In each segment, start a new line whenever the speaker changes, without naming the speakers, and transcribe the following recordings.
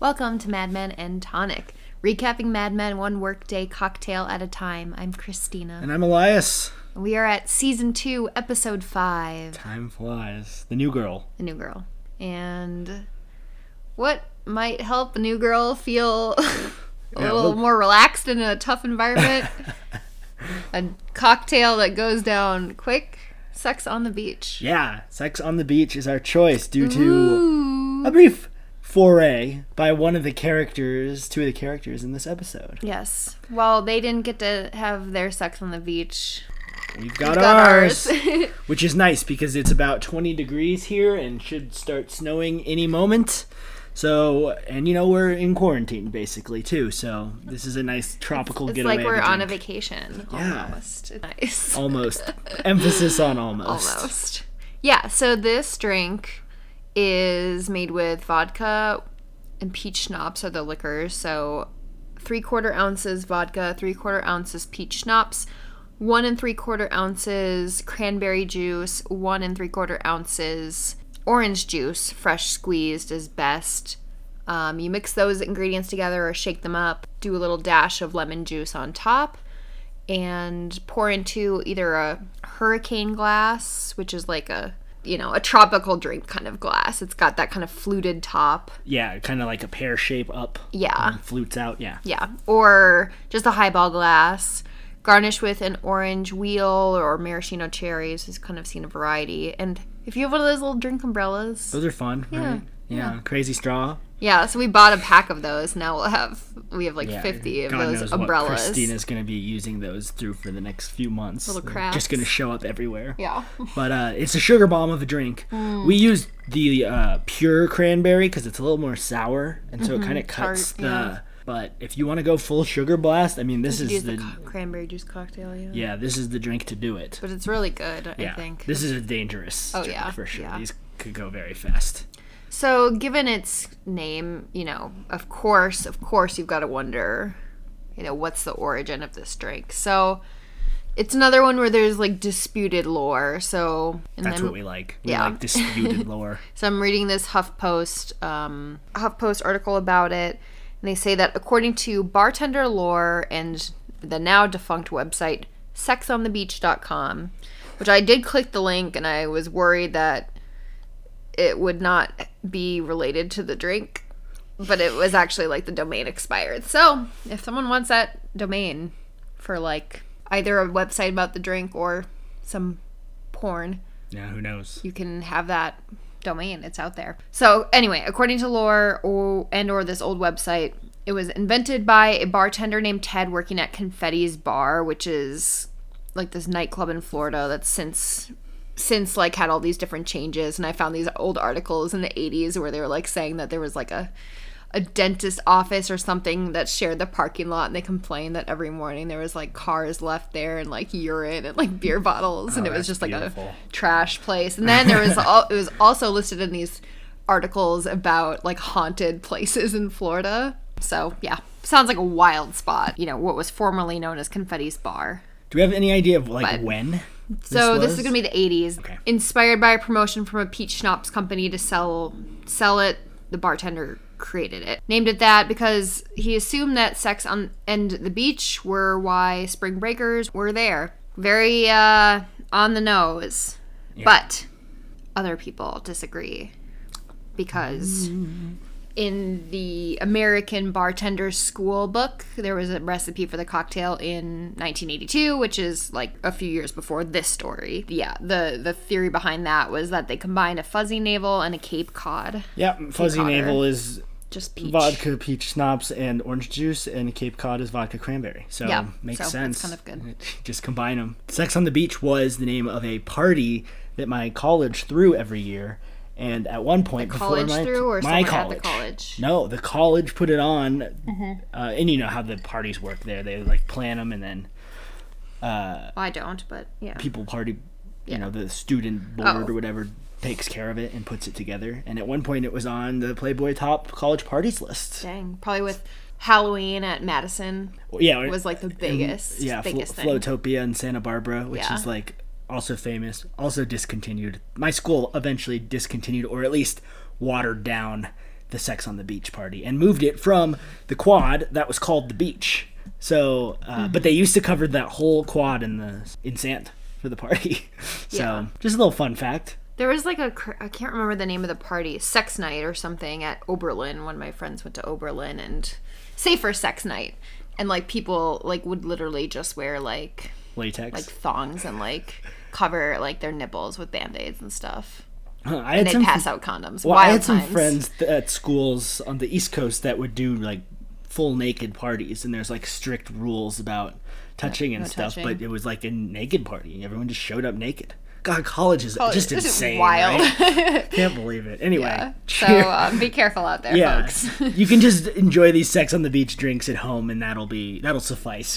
Welcome to Mad Men and Tonic, recapping Mad Men one workday cocktail at a time. I'm Christina.
And I'm Elias.
We are at season two, episode five,
Time flies. The new girl.
The New Girl. And what might help a new girl feel a
Yeah,
little
look.
more relaxed in a tough environment? a cocktail that goes down quick, sex on the beach.
Yeah, sex on the beach is our choice due to
Ooh.
a brief foray by one of the characters, two of the characters in this episode.
Yes. Well, they didn't get to have their sex on the beach.
We've got,
Got
ours,
ours.
which is nice because it's about 20 degrees here and should start snowing any moment. So, and you know, we're in quarantine basically too, so this is a nice tropical
It's
getaway.
like
of
we're
a
on a
drink.
vacation
Yeah.
almost. It's Nice.
Almost. Emphasis on almost.
Almost. Yeah, so this drink is made with vodka and peach schnapps are the liquors. So three quarter ounces vodka, three quarter ounces peach schnapps, one and three quarter ounces cranberry juice, one and three quarter ounces orange juice, fresh squeezed is best. Um, you mix those ingredients together or shake them up, do a little dash of lemon juice on top and pour into either a hurricane glass, which is like a you know a tropical drink kind of glass. It's got that kind of fluted top.
Yeah, kind of like a pear shape up.
Yeah,
and Flutes out, yeah.
yeah, or just a highball glass. Garnish with an orange wheel or maraschino cherries. Is kind of seen a variety. And if you have one of those little drink umbrellas,
Those are fun, right? Yeah. Crazy straw.
yeah. So we bought a pack of those. Now we'll have we have like
Yeah,
fifty of
God
those
knows What
umbrellas.
Christina's going to be using those through for the next few months. Little
crafts.
Just going to show up everywhere.
Yeah, Mm.
But uh, it's a sugar bomb of a drink. We used the uh, pure cranberry because it's a little more sour, and so it kind of cuts
Mm-hmm. tart,
the. But if you want to go full sugar blast, I mean, this
use
is
the,
the.
co- cranberry juice cocktail. Yeah.
yeah, this is the drink to do it.
but it's really good.
Yeah,
I think Oh,
this is a dangerous drink
yeah,
for sure.
yeah.
These could go very fast.
So, given its name, you know, of course, of course, you've got to wonder, you know, what's the origin of this drink. So, it's another one where there's like disputed lore. So, and
That's
then,
what we like. We
yeah.
like disputed lore.
so I'm reading this HuffPost um, HuffPost article about it, and they say that according to bartender lore and the now defunct website sexonthebeach.com, which I did click the link and I was worried that it would not be related to the drink, but it was actually like the domain expired. So if someone wants that domain for like either a website about the drink or some porn
Yeah, who knows?
you can have that domain it's out there so anyway according to lore or and or this old website it was invented by a bartender named ted working at confetti's bar which is like this nightclub in florida that's since since like had all these different changes and i found these old articles in the 80s where they were like saying that there was like a a dentist office or something that shared the parking lot and they complained that every morning there was like cars left there and like urine and like beer bottles and it was
that's
just like
beautiful.
a trash place and then there was all it was also listed in these articles about like haunted places in florida so yeah sounds like a wild spot you know what was formerly known as confetti's bar
Do we have any idea of like
But-
when?
so this,
was?
is going to be the 80s.
Okay.
Inspired by a promotion from a peach schnapps company to sell sell it, the bartender created it. Named it that because he assumed that sex on and the beach were why spring breakers were there. Very uh on the nose. But other people disagree because
Mm.
in the American bartender's school book, there was a recipe for the cocktail in 1982, which is like a few years before this story. Yeah, the the theory behind that was that they combined a fuzzy navel and a Cape Cod,
Yeah, fuzzy
Cod or-
navel is
just peach.
vodka, peach schnapps, and orange juice, and Cape Cod is vodka cranberry. So
Yeah,
makes
so that's
sense.
kind of good.
Just combine them. Sex on the Beach was the name of a party that my college threw every year, and at one point before
college
my
through or someone
my college.
at the college.
No, the college put it on, uh, and you know how the parties work there. They like plan them, and then
Well, I don't, but yeah.
people party, you know, the student board
Oh.
or whatever takes care of it and puts it together. And at one point, it was on the Playboy top college parties list.
Dang, probably with Halloween at Madison
yeah, or-
was like the biggest,
yeah, Flo-
biggest thing.
Flowtopia in Santa Barbara, which
Yeah.
is like also famous, also discontinued. My school eventually discontinued, or at least watered down the Sex on the Beach party and moved it from the quad that was called the beach. So, uh,
Mm-hmm.
but they used to cover that whole quad in the in sand for the party. so,
Yeah.
just a little fun fact.
There was like a cr- I can't remember the name of the party, sex night or something at Oberlin when my friends went to Oberlin and safer sex night, and like people like would literally just wear like
Latex.
like thongs and like cover like their nipples with band aids and stuff.
I had
They
some
pass out condoms.
Well,
Wild
I had some
times.
friends th- at schools on the East Coast that would do like full naked parties, and there's like strict rules about touching and
no
stuff.
touching.
But it was like a naked party; everyone just showed up naked. God, college is just
This is
insane.
wild.
right? Can't believe it. Anyway,
so
cheer-
um, be careful out there,
yeah,
folks.
you can just enjoy these sex on the beach drinks at home, and that'll be that'll suffice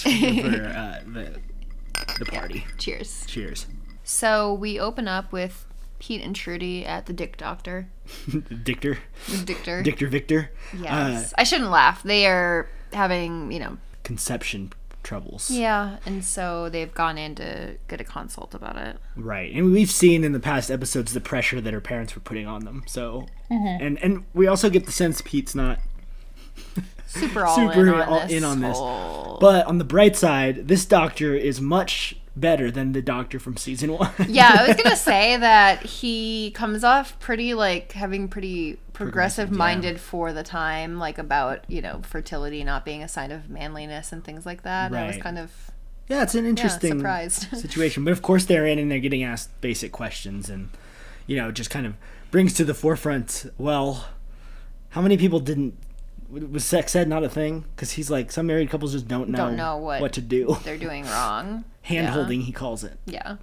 for, for, uh, the the party.
Cheers.
Cheers.
So we open up with Pete and Trudy at the Dick Doctor.
Dictor,
Dictor.
Dictor Victor.
Yes. I shouldn't laugh. They are having, you know,
Conception troubles.
Yeah, and so they've gone in to get a consult about it.
Right, and we've seen in the past episodes the pressure that her parents were putting on them. So,
Mm-hmm.
and and we also get the sense Pete's not.
Super all
Super
in on
all
this.
in on this.
whole-
But on the bright side, this doctor is much better than the doctor from season one.
yeah, I was gonna say that he comes off pretty like having pretty progressive minded for the time, like about you know fertility not being a sign of manliness and things like that. I was
Right.
kind of
yeah, it's an
yeah,
interesting
surprised.
situation. But of course, they're in and they're getting asked basic questions, and you know, it just kind of brings to the forefront. Well, how many people didn't? Was sex ed not a thing? Because he's like, some married couples just don't know,
Don't know what
what to do.
They're doing wrong.
Hand holding, he calls it.
Yeah.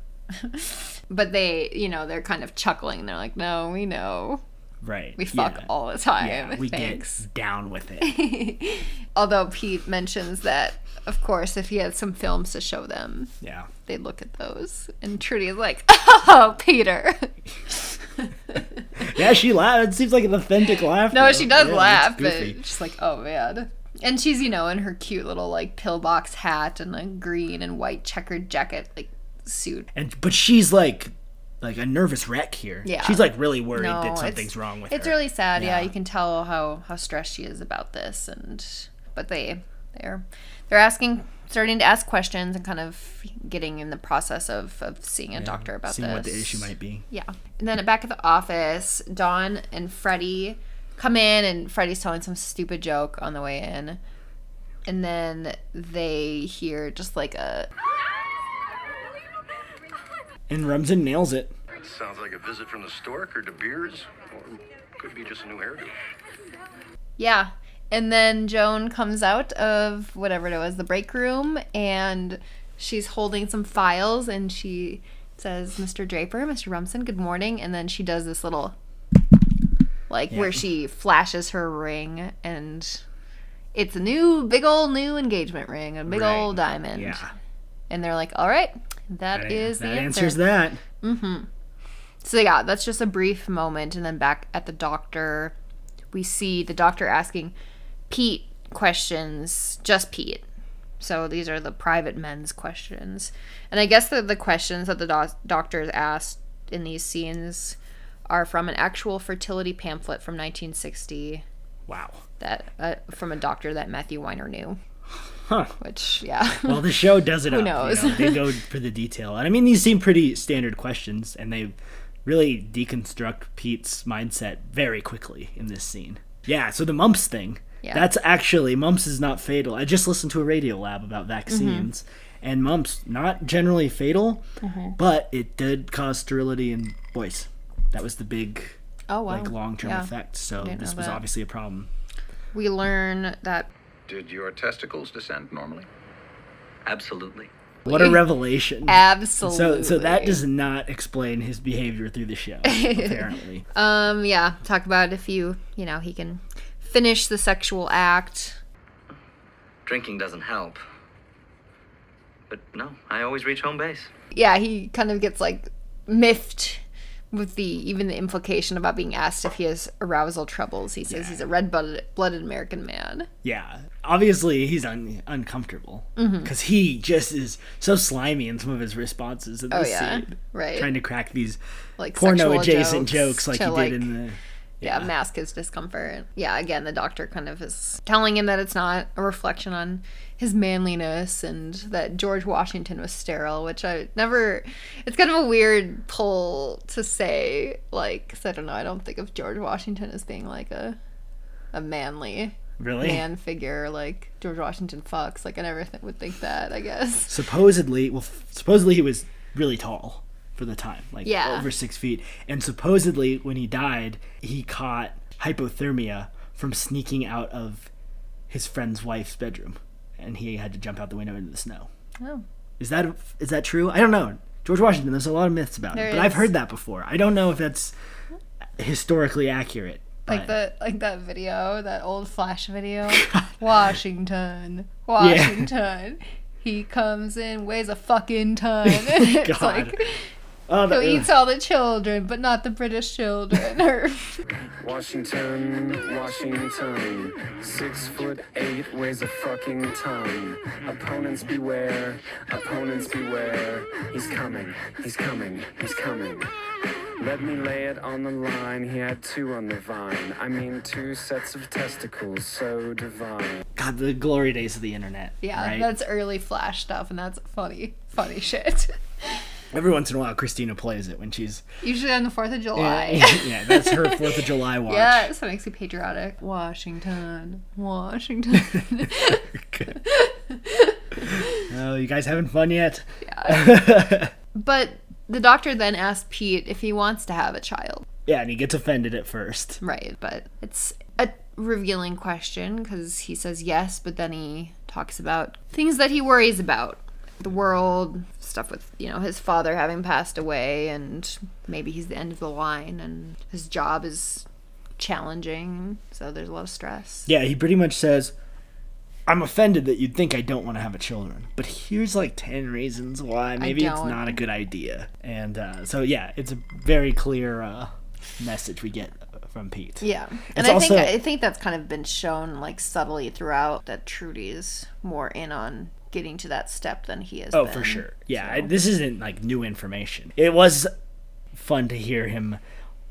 But they, you know, they're kind of chuckling. They're like, "No, we know,
Right.
we fuck
yeah.
all the time.
Yeah, we
Thanks."
get down with it.
Although Pete mentions that, of course, if he had some films to show them,
yeah.
they'd look at those. And Trudy is like, oh, Peter.
Yeah, she laughed. It seems like an authentic laugh.
No,
though.
she does
Yeah, it's
laugh, but
goofy.
she's like, oh, man. And she's, you know, in her cute little, like, pillbox hat and a green and white checkered jacket, like, suit.
And but she's like like a nervous wreck here.
Yeah.
She's like really worried
No,
that
it's-
something's wrong with
It's
her.
really sad. Yeah.
Yeah.
you can tell how, how stressed she is about this. And, but they, they're, they're asking, starting to ask questions and kind of getting in the process of, of seeing a doctor about
Seeing
this.
what the issue might be.
Yeah. And then back at the office, Dawn and Freddie come in, and Freddie's telling some stupid joke on the way in. And then they hear just like a.
And Rumsen nails it.
Sounds like a visit from the stork or De Beers, or could be just a new hairdo.
Yeah. And then Joan comes out of whatever it was, the break room, and she's holding some files, and she says, Mr. Draper, Mr. Rumson, good morning. And then she does this little. Like where she flashes her ring and. It's a new, big old new engagement ring, a big
Right.
old diamond.
Yeah.
And they're like, all right, that
That-
is the
that
answer.
answers that.
So yeah, that's just a brief moment, and then back at the doctor, we see the doctor asking Pete questions, just Pete. So these are the private men's questions, and I guess that the questions that the doc- doctor is asked in these scenes are from an actual fertility pamphlet from 1960
Wow.
that uh, from a doctor that Matthew Weiner knew.
Huh.
Which yeah,
Well, the show does it Who up. you
knows?
know, they go for the detail. And I mean, these seem pretty standard questions, and they really deconstruct Pete's mindset very quickly in this scene. Yeah, so the mumps thing.
Yeah.
That's actually, mumps is not fatal. I just listened to a radio lab about vaccines,
Mm-hmm.
and mumps, not generally fatal, but it did cause sterility in boys. That was the big,
oh wow,
like, long term
Yeah.
effect. So
Didn't
this
know
was
that.
obviously a problem.
We learn that
Did your testicles descend normally?
Absolutely.
What a revelation.
absolutely.
So, so that does not explain his behavior through the show, apparently.
Um, yeah, talk about if you, you know, he can finish the sexual act.
Drinking doesn't help. But no, I always reach home base.
Yeah, he kind of gets like miffed with the even the implication about being asked if he has arousal troubles. He says he's a red-blooded blooded American man.
yeah, obviously he's un- uncomfortable
Mm-hmm.
because he just is so slimy in some of his responses in
Oh
this
yeah,
scene,
right.
trying to crack these
like
porno
sexual
adjacent jokes, like
to,
he did
like,
in the
yeah, mask his discomfort. Yeah, again, the doctor kind of is telling him that it's not a reflection on his manliness and that George Washington was sterile, which I never. It's kind of a weird pull to say, like, 'cause I don't know. I don't think of George Washington as being like a a manly
Really?
man figure. Like George Washington fucks. Like I never th- would think that. I guess.
supposedly well f- supposedly he was really tall for the time like
Yeah.
over six feet and supposedly when he died he caught hypothermia from sneaking out of his friend's wife's bedroom and he had to jump out the window into the snow
Oh.
is that is that true i don't know george washington there's a lot of myths about
There
it but i've
is.
heard that before i don't know if that's historically accurate
Like that,
but-
like that video, that old flash video. Washington, Washington, he comes in, weighs a fucking ton. it's
God.
like
oh,
who
that-
eats all the children, but not the British children. Or
Washington, Washington. Six foot eight, weighs a fucking ton. Opponents beware, opponents beware. He's coming, he's coming, he's coming. Let me lay it on the line. He had two on the vine. I mean, two sets of testicles, so divine.
god the glory days of the internet
yeah,
right?
that's early flash stuff, and that's funny, funny shit.
every once in a while christina plays it when she's
Usually on the Fourth of July.
Yeah, yeah, that's her Fourth of July watch.
Yes, that makes you patriotic. Washington, Washington.
Oh, you guys having fun yet?
but the doctor then asks Pete if he wants to have a child.
Yeah, and he gets offended at first.
Right, but it's a revealing question because he says yes, but then he talks about things that he worries about the world, stuff with, you know, his father having passed away, and maybe he's the end of the line, and his job is challenging, so there's a lot of stress.
Yeah, he pretty much says, "I'm offended that you'd think I don't want to have a children, but here's like ten reasons why maybe it's
don't."
not a good idea." And uh, so, yeah, it's a very clear uh, message we get from Pete.
Yeah, and
It's
I
also-
think I think that's kind of been shown like subtly throughout that Trudy's more in on getting to that step than he is.
Oh, for sure. Yeah, I- this isn't like new information. It was fun to hear him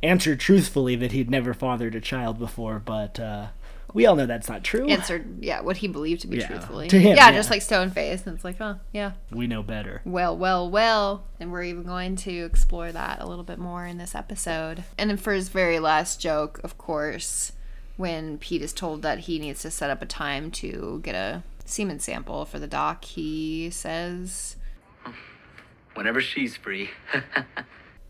answer truthfully that he'd never fathered a child before, but uh, we all know that's not true.
answered yeah what he believed to be
Yeah,
truthfully
to him,
yeah,
yeah.
just like stone face and it's like oh yeah
we know better.
well well well and we're even going to explore that a little bit more in this episode and then for his very last joke of course when pete is told that he needs to set up a time to get a semen sample for the doc he says
Whenever she's free.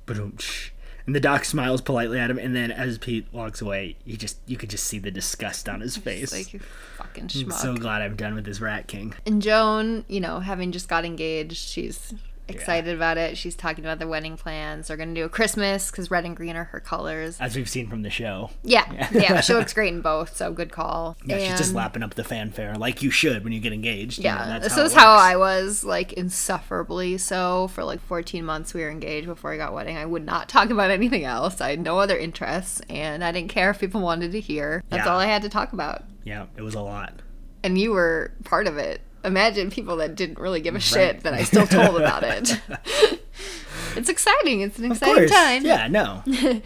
Ba-dum-tsh. And the doc smiles politely at him, and then as Pete walks away, he just you could just see the disgust on his face.
like you fucking
I'm
schmuck
so glad I'm done with this rat king.
And Joan, you know, having just got engaged, she's excited about it. She's talking about their wedding plans. They're going to do a Christmas because red and green are her colors.
As we've seen from the show.
Yeah, yeah, she looks great in both, so good call.
Yeah, she's just
And-
lapping up the fanfare like you should when you get engaged. you know,
Yeah,
that's
this
how it
is how
works.
I was, like, insufferably so. For like 14 months, we were engaged before I got wedding. I would not talk about anything else. I had no other interests, and I didn't care if people wanted to hear. That's
Yeah.
all I had to talk about.
Yeah, it was a lot.
And you were part of it. Imagine people that didn't really give a shit that I still told about it. it's exciting. It's an
Of
exciting
course.
time.
Yeah, no.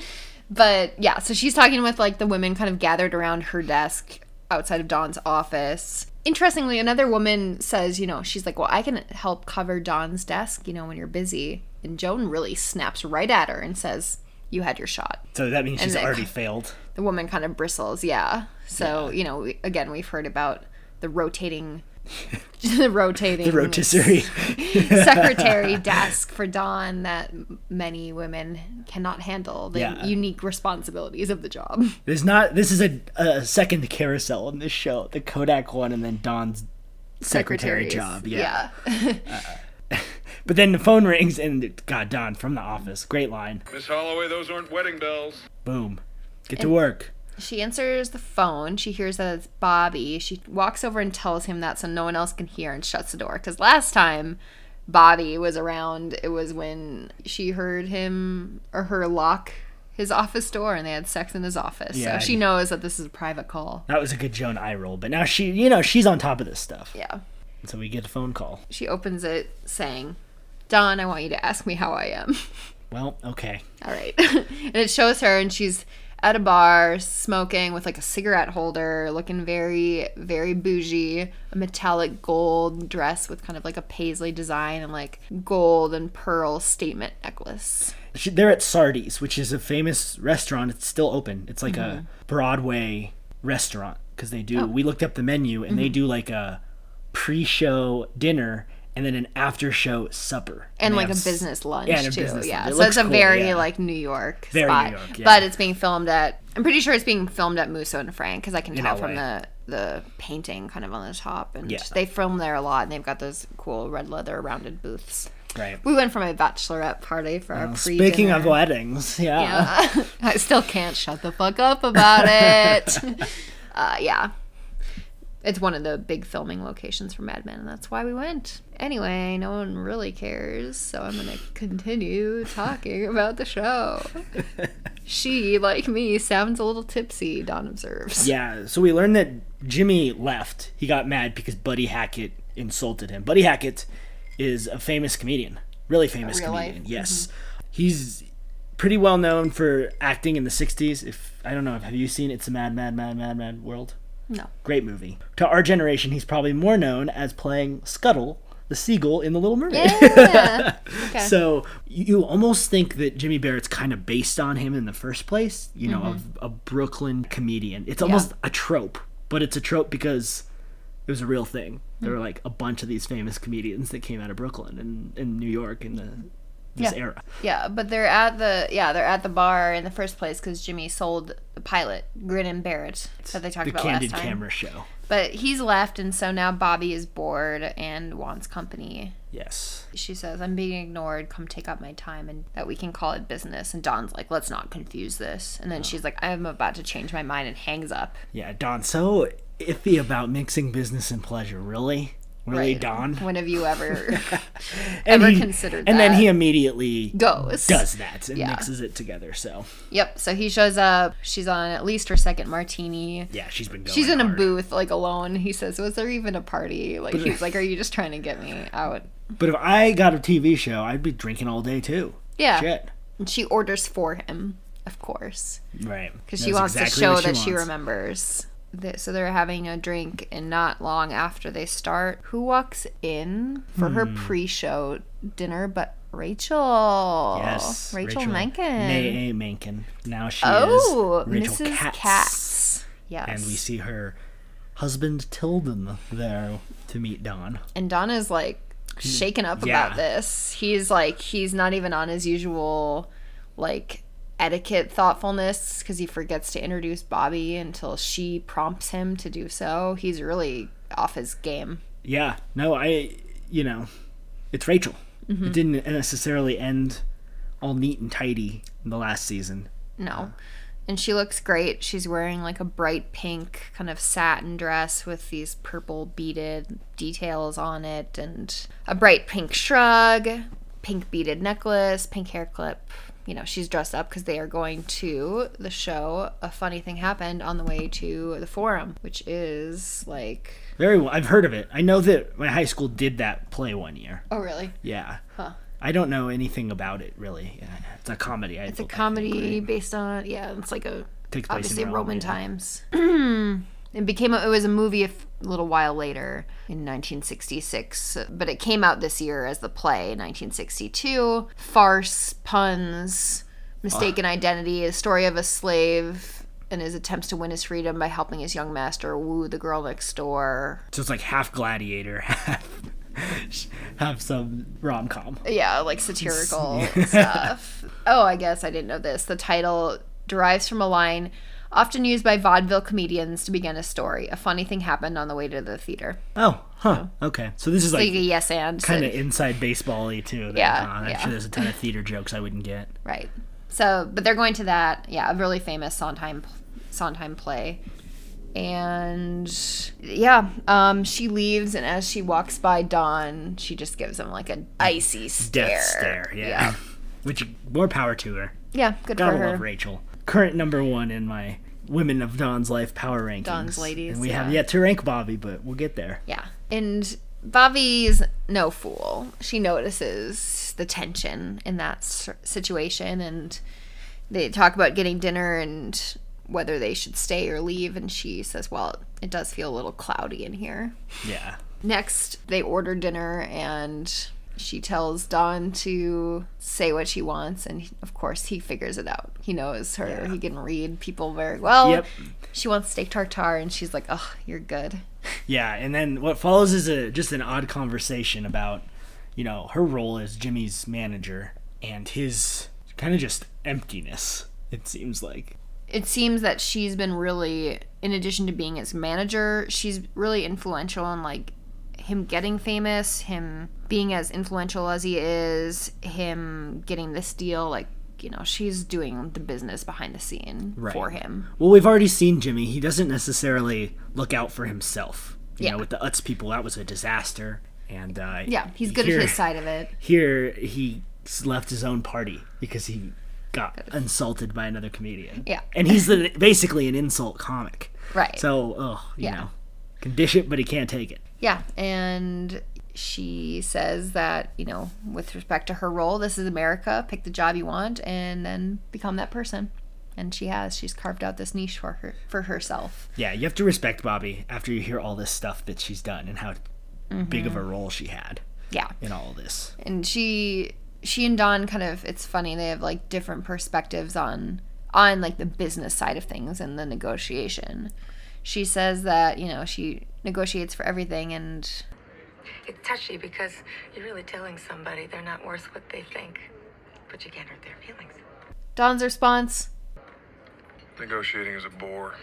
But yeah, so she's talking with like the women kind of gathered around her desk outside of Dawn's office. Interestingly, another woman says, you know, she's like, well, I can help cover Dawn's desk, you know, when you're busy. And Joan really snaps right at her and says, you had your shot.
So that means she's
then-
already failed.
The woman kind of bristles, yeah. So, you know, we, again, we've heard about the rotating. the rotating
The rotisserie.
secretary desk for Dawn that m- many women cannot handle the
Yeah.
unique responsibilities of the job.
There's not. This is a, a second carousel in this show. The Kodak one, and then Don's secretary
Secretaries.
job. yeah. But then the phone rings, and God, Don from the office. Great line.
Miss Holloway, those aren't wedding bells.
Boom. Get to work.
She answers the phone. She hears that it's Bobby. She walks over and tells him that so no one else can hear and shuts the door. Because last time Bobby was around, it was when she heard him or her lock his office door and they had sex in his office.
Yeah.
so she knows that this is a private call.
That was a good Joan eye roll, but now she, you know, she's on top of this stuff.
Yeah.
So we get a phone call.
She opens it saying, Don, I want you to ask me how I am.
Well, okay.
All right. and it shows her, and she's at a bar, smoking with like a cigarette holder, looking very, very bougie. A metallic gold dress with kind of like a paisley design and like gold and pearl statement necklace.
She, they're at Sardi's, which is a famous restaurant. It's still open. It's like
Mm-hmm.
a Broadway restaurant because they
Oh.
do. We looked up the menu and
Mm-hmm.
they do like a pre-show dinner and then an after-show supper.
And
they
like a
have s-
business lunch
yeah, and a
too.
business
yeah.
lunch. It
so it's
looks
a
cool,
very
yeah.
like New York
Very New
spot.
York, yeah.
But it's being filmed at I'm pretty sure it's being filmed at Musso and Frank because I can tell from
LA.
the the painting kind of on the top and
Yeah.
they film there a lot and they've got those cool red leather rounded booths.
Right.
We went from a bachelorette party for our pre
Speaking of weddings, yeah.
yeah. I still can't shut the fuck up about it. uh, yeah. It's one of the big filming locations for Mad Men, and that's why we went. Anyway, no one really cares, so I'm gonna continue talking about the show. she, like me, sounds a little tipsy, Don observes.
Yeah, so we learned that Jimmy left. He got mad because Buddy Hackett insulted him. Buddy Hackett is a famous comedian, really famous
Real life? Mm-hmm.
comedian. Yes, he's pretty well known for acting in the '60s. If I don't know, have you seen "It's a Mad, Mad, Mad, Mad, Mad World"?
No.
Great movie. To our generation, he's probably more known as playing Scuttle, the seagull in The Little Mermaid.
Yeah. Okay.
So you you almost think that Jimmy Barrett's kind of based on him in the first place, you know, of
Mm-hmm.
a Brooklyn comedian. It's almost a trope, but it's a trope because it was a real thing. There
Mm.
were like a bunch of these famous comedians that came out of Brooklyn and in New York in the this
Yeah.
era.
Yeah, but they're at the yeah they're at the bar in the first place because Jimmy sold the pilot Grin and Barrett that they talked
The
about
candid
last time.
camera show.
But he's left, and so now Bobby is bored and wants company.
Yes.
She says, I'm being ignored. Come take up my time and that we can call it business. And Don's like, let's not confuse this.
Oh.
And then she's like, I'm about to change my mind and hangs up.
Yeah, Don so iffy about mixing business and pleasure, really? Really,
Right.
Don?
When have you ever
And
ever
he-
considered
And then
that?
he immediately
goes?
does that and
Yeah.
mixes it together. So
Yep. So he shows up. She's on at least her second martini.
yeah, she's been going.
She's in a
hard.
booth, like alone. He says, Was there even a party? Like, he's like, Are you just trying to get me out?
But if I got a TV show, I'd be drinking all day too.
Yeah.
Shit.
And she orders for him, of course.
Right.
because she wants to show that she remembers. Th- So they're having a drink, and not long after they start, who walks in for
Hmm.
her pre-show dinner? But Rachel,
Yes.
Oh, Rachel, Mencken.
May A. Mencken. Now she
oh,
is Rachel
Mrs. Katz.
Katz.
Yes,
And we see her husband Tilden there to meet Don.
and Donna's like shaken up
Yeah.
about this. He's like he's not even on his usual like etiquette thoughtfulness because he forgets to introduce Bobby until she prompts him to do so. He's really off his game.
Yeah. No, I. You know, it's Rachel.
Mm-hmm.
It didn't necessarily end all neat and tidy in the last season.
No. And she looks great. She's wearing like a bright pink kind of satin dress with these purple beaded details on it and a bright pink shrug, pink beaded necklace, pink hair clip. You know, she's dressed up because they are going to the show. A funny thing happened on the way to the forum, which is like.
Very well. I've heard of it. I know that my high school did that play one year.
Oh, really?
Yeah. I don't know anything about it really. Yeah, It's a comedy.
It's a comedy based on. Yeah, it's like a
Takes place
obviously
in Rome,
Roman,
yeah.
times. it became a, it was a movie a f- little while later in 1966, but it came out this year as the play 1962. Farce, puns, mistaken identity, a story of a slave and his attempts to win his freedom by helping his young master woo the girl next door.
So it's like half gladiator, half half some rom com.
Yeah, like satirical stuff. Oh, I guess I didn't know this. The title derives from a line often used by vaudeville comedians to begin a story. A funny thing happened on the way to the theater.
Oh, huh. Okay. So this is
Like a
like
yes and.
kind of inside baseball y too. that
Yeah,
I'm on. I'm
yeah.
sure there's a ton of theater jokes I wouldn't get.
Right. So, but they're going to that. Yeah, a really famous Sondheim Sondheim play. And yeah, um, she leaves, and as she walks by Don, she just gives him like an icy stare.
Death stare. Yeah. Which more power to her.
Yeah, good
Gotta
for her.
love Rachel. Current number one in my women of Don's life power rankings.
Don's ladies,
And we have
yeah.
yet to rank Bobby, but we'll get there.
Yeah. And Bobby's no fool. She notices the tension in that s- situation and they talk about getting dinner and whether they should stay or leave and she says well it does feel a little cloudy in here
Yeah.
next they order dinner and she tells don to say what she wants and he- of course he figures it out he knows her
Yeah.
he can read people very well
Yep.
she wants steak tartare and she's like oh you're good
Yeah, and then what follows is a just an odd conversation about, you know, her role as Jimmy's manager and his kind of just emptiness. It seems like.
it seems that she's been really in addition to being his manager she's really influential in like him getting famous him being as influential as he is him getting this deal like you know she's doing the business behind the scene
Right.
for him
Well, we've already seen Jimmy. He doesn't necessarily look out for himself. You
Yeah.
know, with the Utz people, that was a disaster. And uh,
yeah he's good
here-
at his side of it
Here, he s- left his own party because he got insulted by another comedian.
Yeah.
and he's the, basically an insult comic.
right
So, oh, you
Yeah.
know, can dish it, but he can't take it.
Yeah, and she says that, you know, with respect to her role, this is America, pick the job you want and then become that person. And she has. She's carved out this niche for her for herself.
Yeah, you have to respect Bobby after you hear all this stuff that she's done and how big of a
Mm-hmm.
role she had
Yeah.
in all of this.
And she she and Don kind of it's funny, they have like different perspectives on on like the business side of things and the negotiation. She says that, you know, she negotiates for everything and
It's touchy because you're really telling somebody they're not worth what they think, but you can't hurt their feelings.
Don's response,
Negotiating is a bore.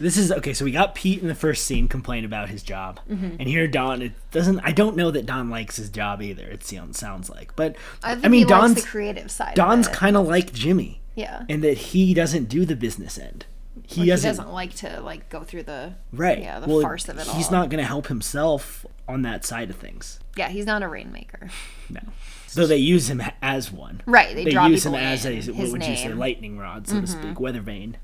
This is okay. So we got Pete in the first scene complain about his job,
Mm-hmm.
and here Don. It doesn't. I don't know that Don likes his job either. It sounds sounds like, but
I,
I,
think
mean,
he
Don's
likes the creative side. of
Don's
it.
kind of like Jimmy,
yeah.
and that he doesn't do the business end. He
Like,
doesn't,
he doesn't like to like go through the
right.
yeah the
well,
farce of it all.
He's not going to help himself on that side of things.
yeah he's not a rainmaker
No. Though they use him as one.
right they,
They
draw
use him
people
as a
in,
what
his
would
name. Mm-hmm.
you say lightning rod, so to speak, weather vane.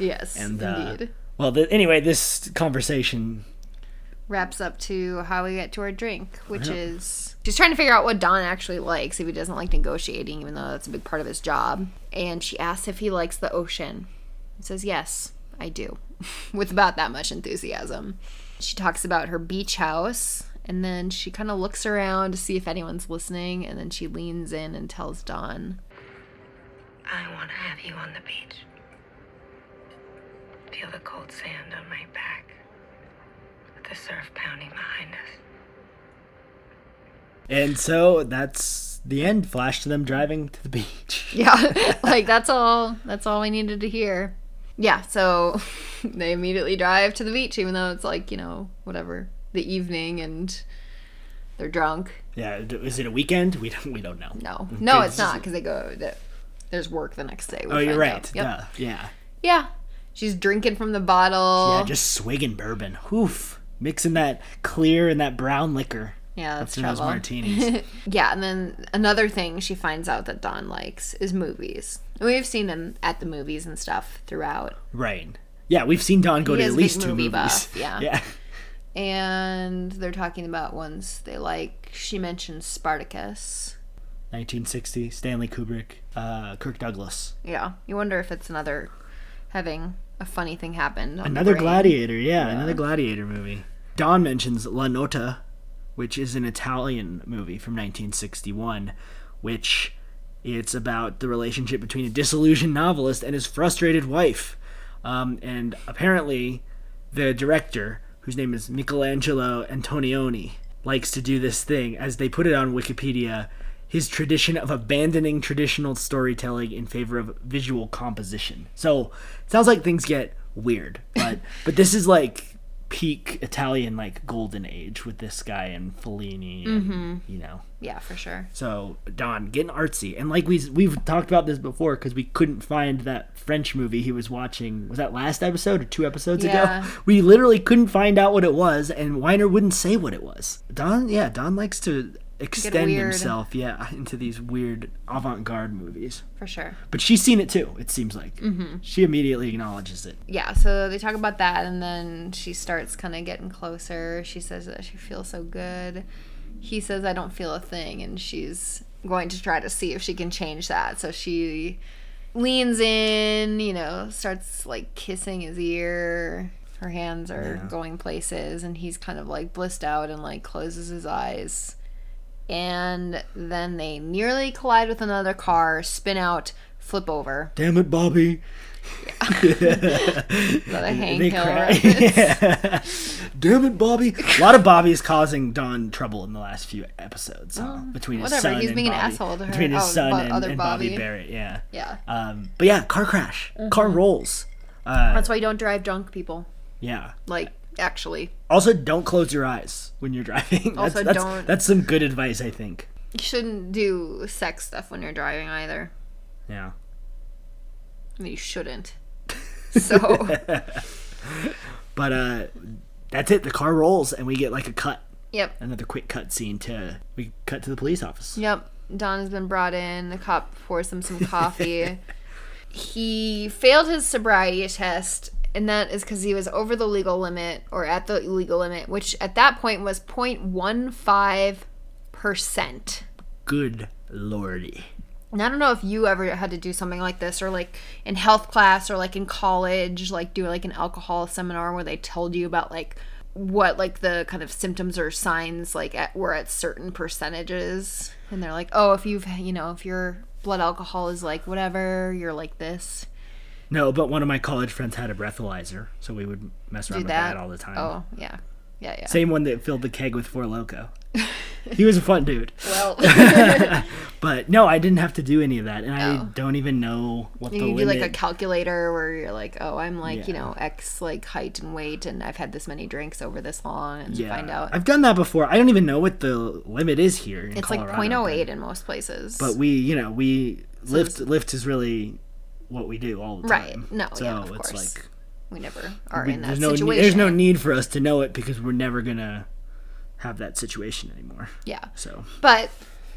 yes
And, uh,
indeed
Well, the, anyway, this conversation.
wraps up to how we get to our drink which is she's trying to figure out what Don actually likes if he doesn't like negotiating even though that's a big part of his job and she asks if he likes the ocean he says yes I do with about that much enthusiasm she talks about her beach house and then she kind of looks around to see if anyone's listening and then she leans in and tells Don
I want to have you on the beach. Feel the cold sand on my back, with the surf pounding behind us.
And so that's the end. Flash to them driving to the beach.
Yeah, like that's all. That's all we needed to hear. Yeah, so they immediately drive to the beach, even though it's like you know whatever the evening and they're drunk.
Yeah, d- is it a weekend? We don't. We don't know.
No, no,
Okay,
it's
this
not
is-
because they go. That there's work the next day. we
Oh, you're
find out.
right.
Yep.
Duh. Yeah.
Yeah, she's drinking from the bottle.
Yeah, just swigging bourbon. Whoof. Mixing that clear and that brown liquor.
Yeah, that's,
That's in those
trouble.
martinis.
Yeah, and then another thing she finds out that Don likes is movies. And we've seen him at the movies and stuff throughout.
right. Yeah, we've seen Don go
He
to
is
at
a big
least two
movie
movies.
buff, yeah.
Yeah.
And they're talking about ones they like. She mentions Spartacus.
1960, Stanley Kubrick, uh, Kirk Douglas.
Yeah, you wonder if it's another having a funny thing happen. on the
Another
brain.
gladiator, yeah, another gladiator movie. Don mentions La Nota, which is an Italian movie from 1961, which it's about the relationship between a disillusioned novelist and his frustrated wife. Um, and apparently, the director, whose name is Michelangelo Antonioni, likes to do this thing, as they put it on Wikipedia, his tradition of abandoning traditional storytelling in favor of visual composition. So, it sounds like things get weird, but but this is like peak Italian like golden age with this guy and Fellini, and,
Mm-hmm.
you know.
Yeah, for sure.
So Don getting artsy, and like we we've talked about this before because we couldn't find that French movie he was watching. Was that last episode or two episodes
Yeah.
ago? We literally couldn't find out what it was, and Weiner wouldn't say what it was. Don, yeah, Don likes to extend
weird.
himself, yeah, into these weird avant-garde movies.
For sure.
But she's seen it too. It seems like mm-hmm. she immediately acknowledges it.
Yeah, so they talk about that, and then she starts kind of getting closer. She says that she feels so good. He says, I don't feel a thing, and she's going to try to see if she can change that. So she leans in, you know, starts like kissing his ear. Her hands are going places, and he's kind of like blissed out and like closes his eyes. And then they nearly collide with another car, spin out, flip over.
Damn it, Bobby.
Another Hank
They
Hill
cry.
reference.
Damn it, Bobby. A lot of Bobby is causing Don trouble in the last few episodes. huh? between his
whatever,
son
he's
and
being an
Bobby-
asshole to her.
Between his
Oh,
son
but
and,
other
and Bobby.
Bobby.
Barrett, yeah.
Yeah. Mm-hmm.
Um, but yeah, car crash. Car rolls. Uh,
That's why you don't drive drunk people.
yeah.
Like, actually.
Also, don't close your eyes when you're driving. That's,
Also,
that's,
don't-
That's some good advice, I think.
You shouldn't do sex stuff when you're driving either.
Yeah.
I mean, you shouldn't. So,
But uh, that's it. The car rolls, and we get like a cut.
yep.
Another quick cut scene to we cut to the police office.
Yep. Don has been brought in. The cop pours him some coffee. he failed his sobriety test, and that is because he was over the legal limit or at the legal limit, which at that point was 0.15%.
Good lordy.
And I don't know if you ever had to do something like this or like in health class or like in college, like do like an alcohol seminar where they told you about like what like the kind of symptoms or signs like at were at certain percentages and they're like, "Oh, if you've, you know, if your blood alcohol is like whatever, you're like this."
No, but one of my college friends had a breathalyzer, so we would mess around
Do
with
that.
that all the time.
Oh, yeah. Yeah, yeah.
Same one that filled the keg with Four Loco. he was a fun dude.
Well,
But no, I didn't have to do any of that, and I
Oh.
don't even know what the
you do
limit.
like a calculator where you're like, "Oh, I'm like, you
Yeah.
know, X like height and weight and I've had this many drinks over this long." And you
Yeah.
find out.
I've done that before. I don't even know what the limit is here. In
It's
Colorado,
like
but-
0.08 in most places.
But we, you know, we lift lift is really what we do all the
Right.
time.
No,
So
yeah, of
it's
course.
like
we never are
we-
in that
there's no ne-
situation.
there's no need for us to know it because we're never gonna have that situation anymore.
Yeah.
So
But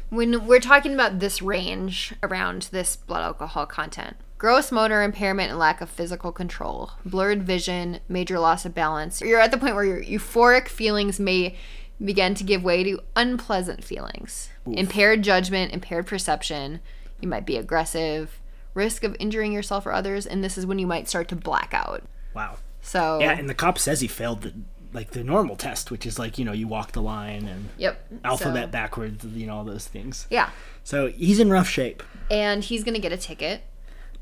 when we're talking about this range around this blood alcohol content, gross motor impairment and lack of physical control, blurred vision, major loss of balance, you're at the point where your euphoric feelings may begin to give way to unpleasant feelings. Impaired judgment, impaired perception, you might be aggressive, risk of injuring yourself or others, and this is when you might start to black out.
wow.
So,
Yeah, and the cop says he failed the like the normal test, which is like you know you walk the line and
yep.
alphabet
so-
backwards, you know all those things.
Yeah.
So he's in rough shape,
and he's gonna get a ticket.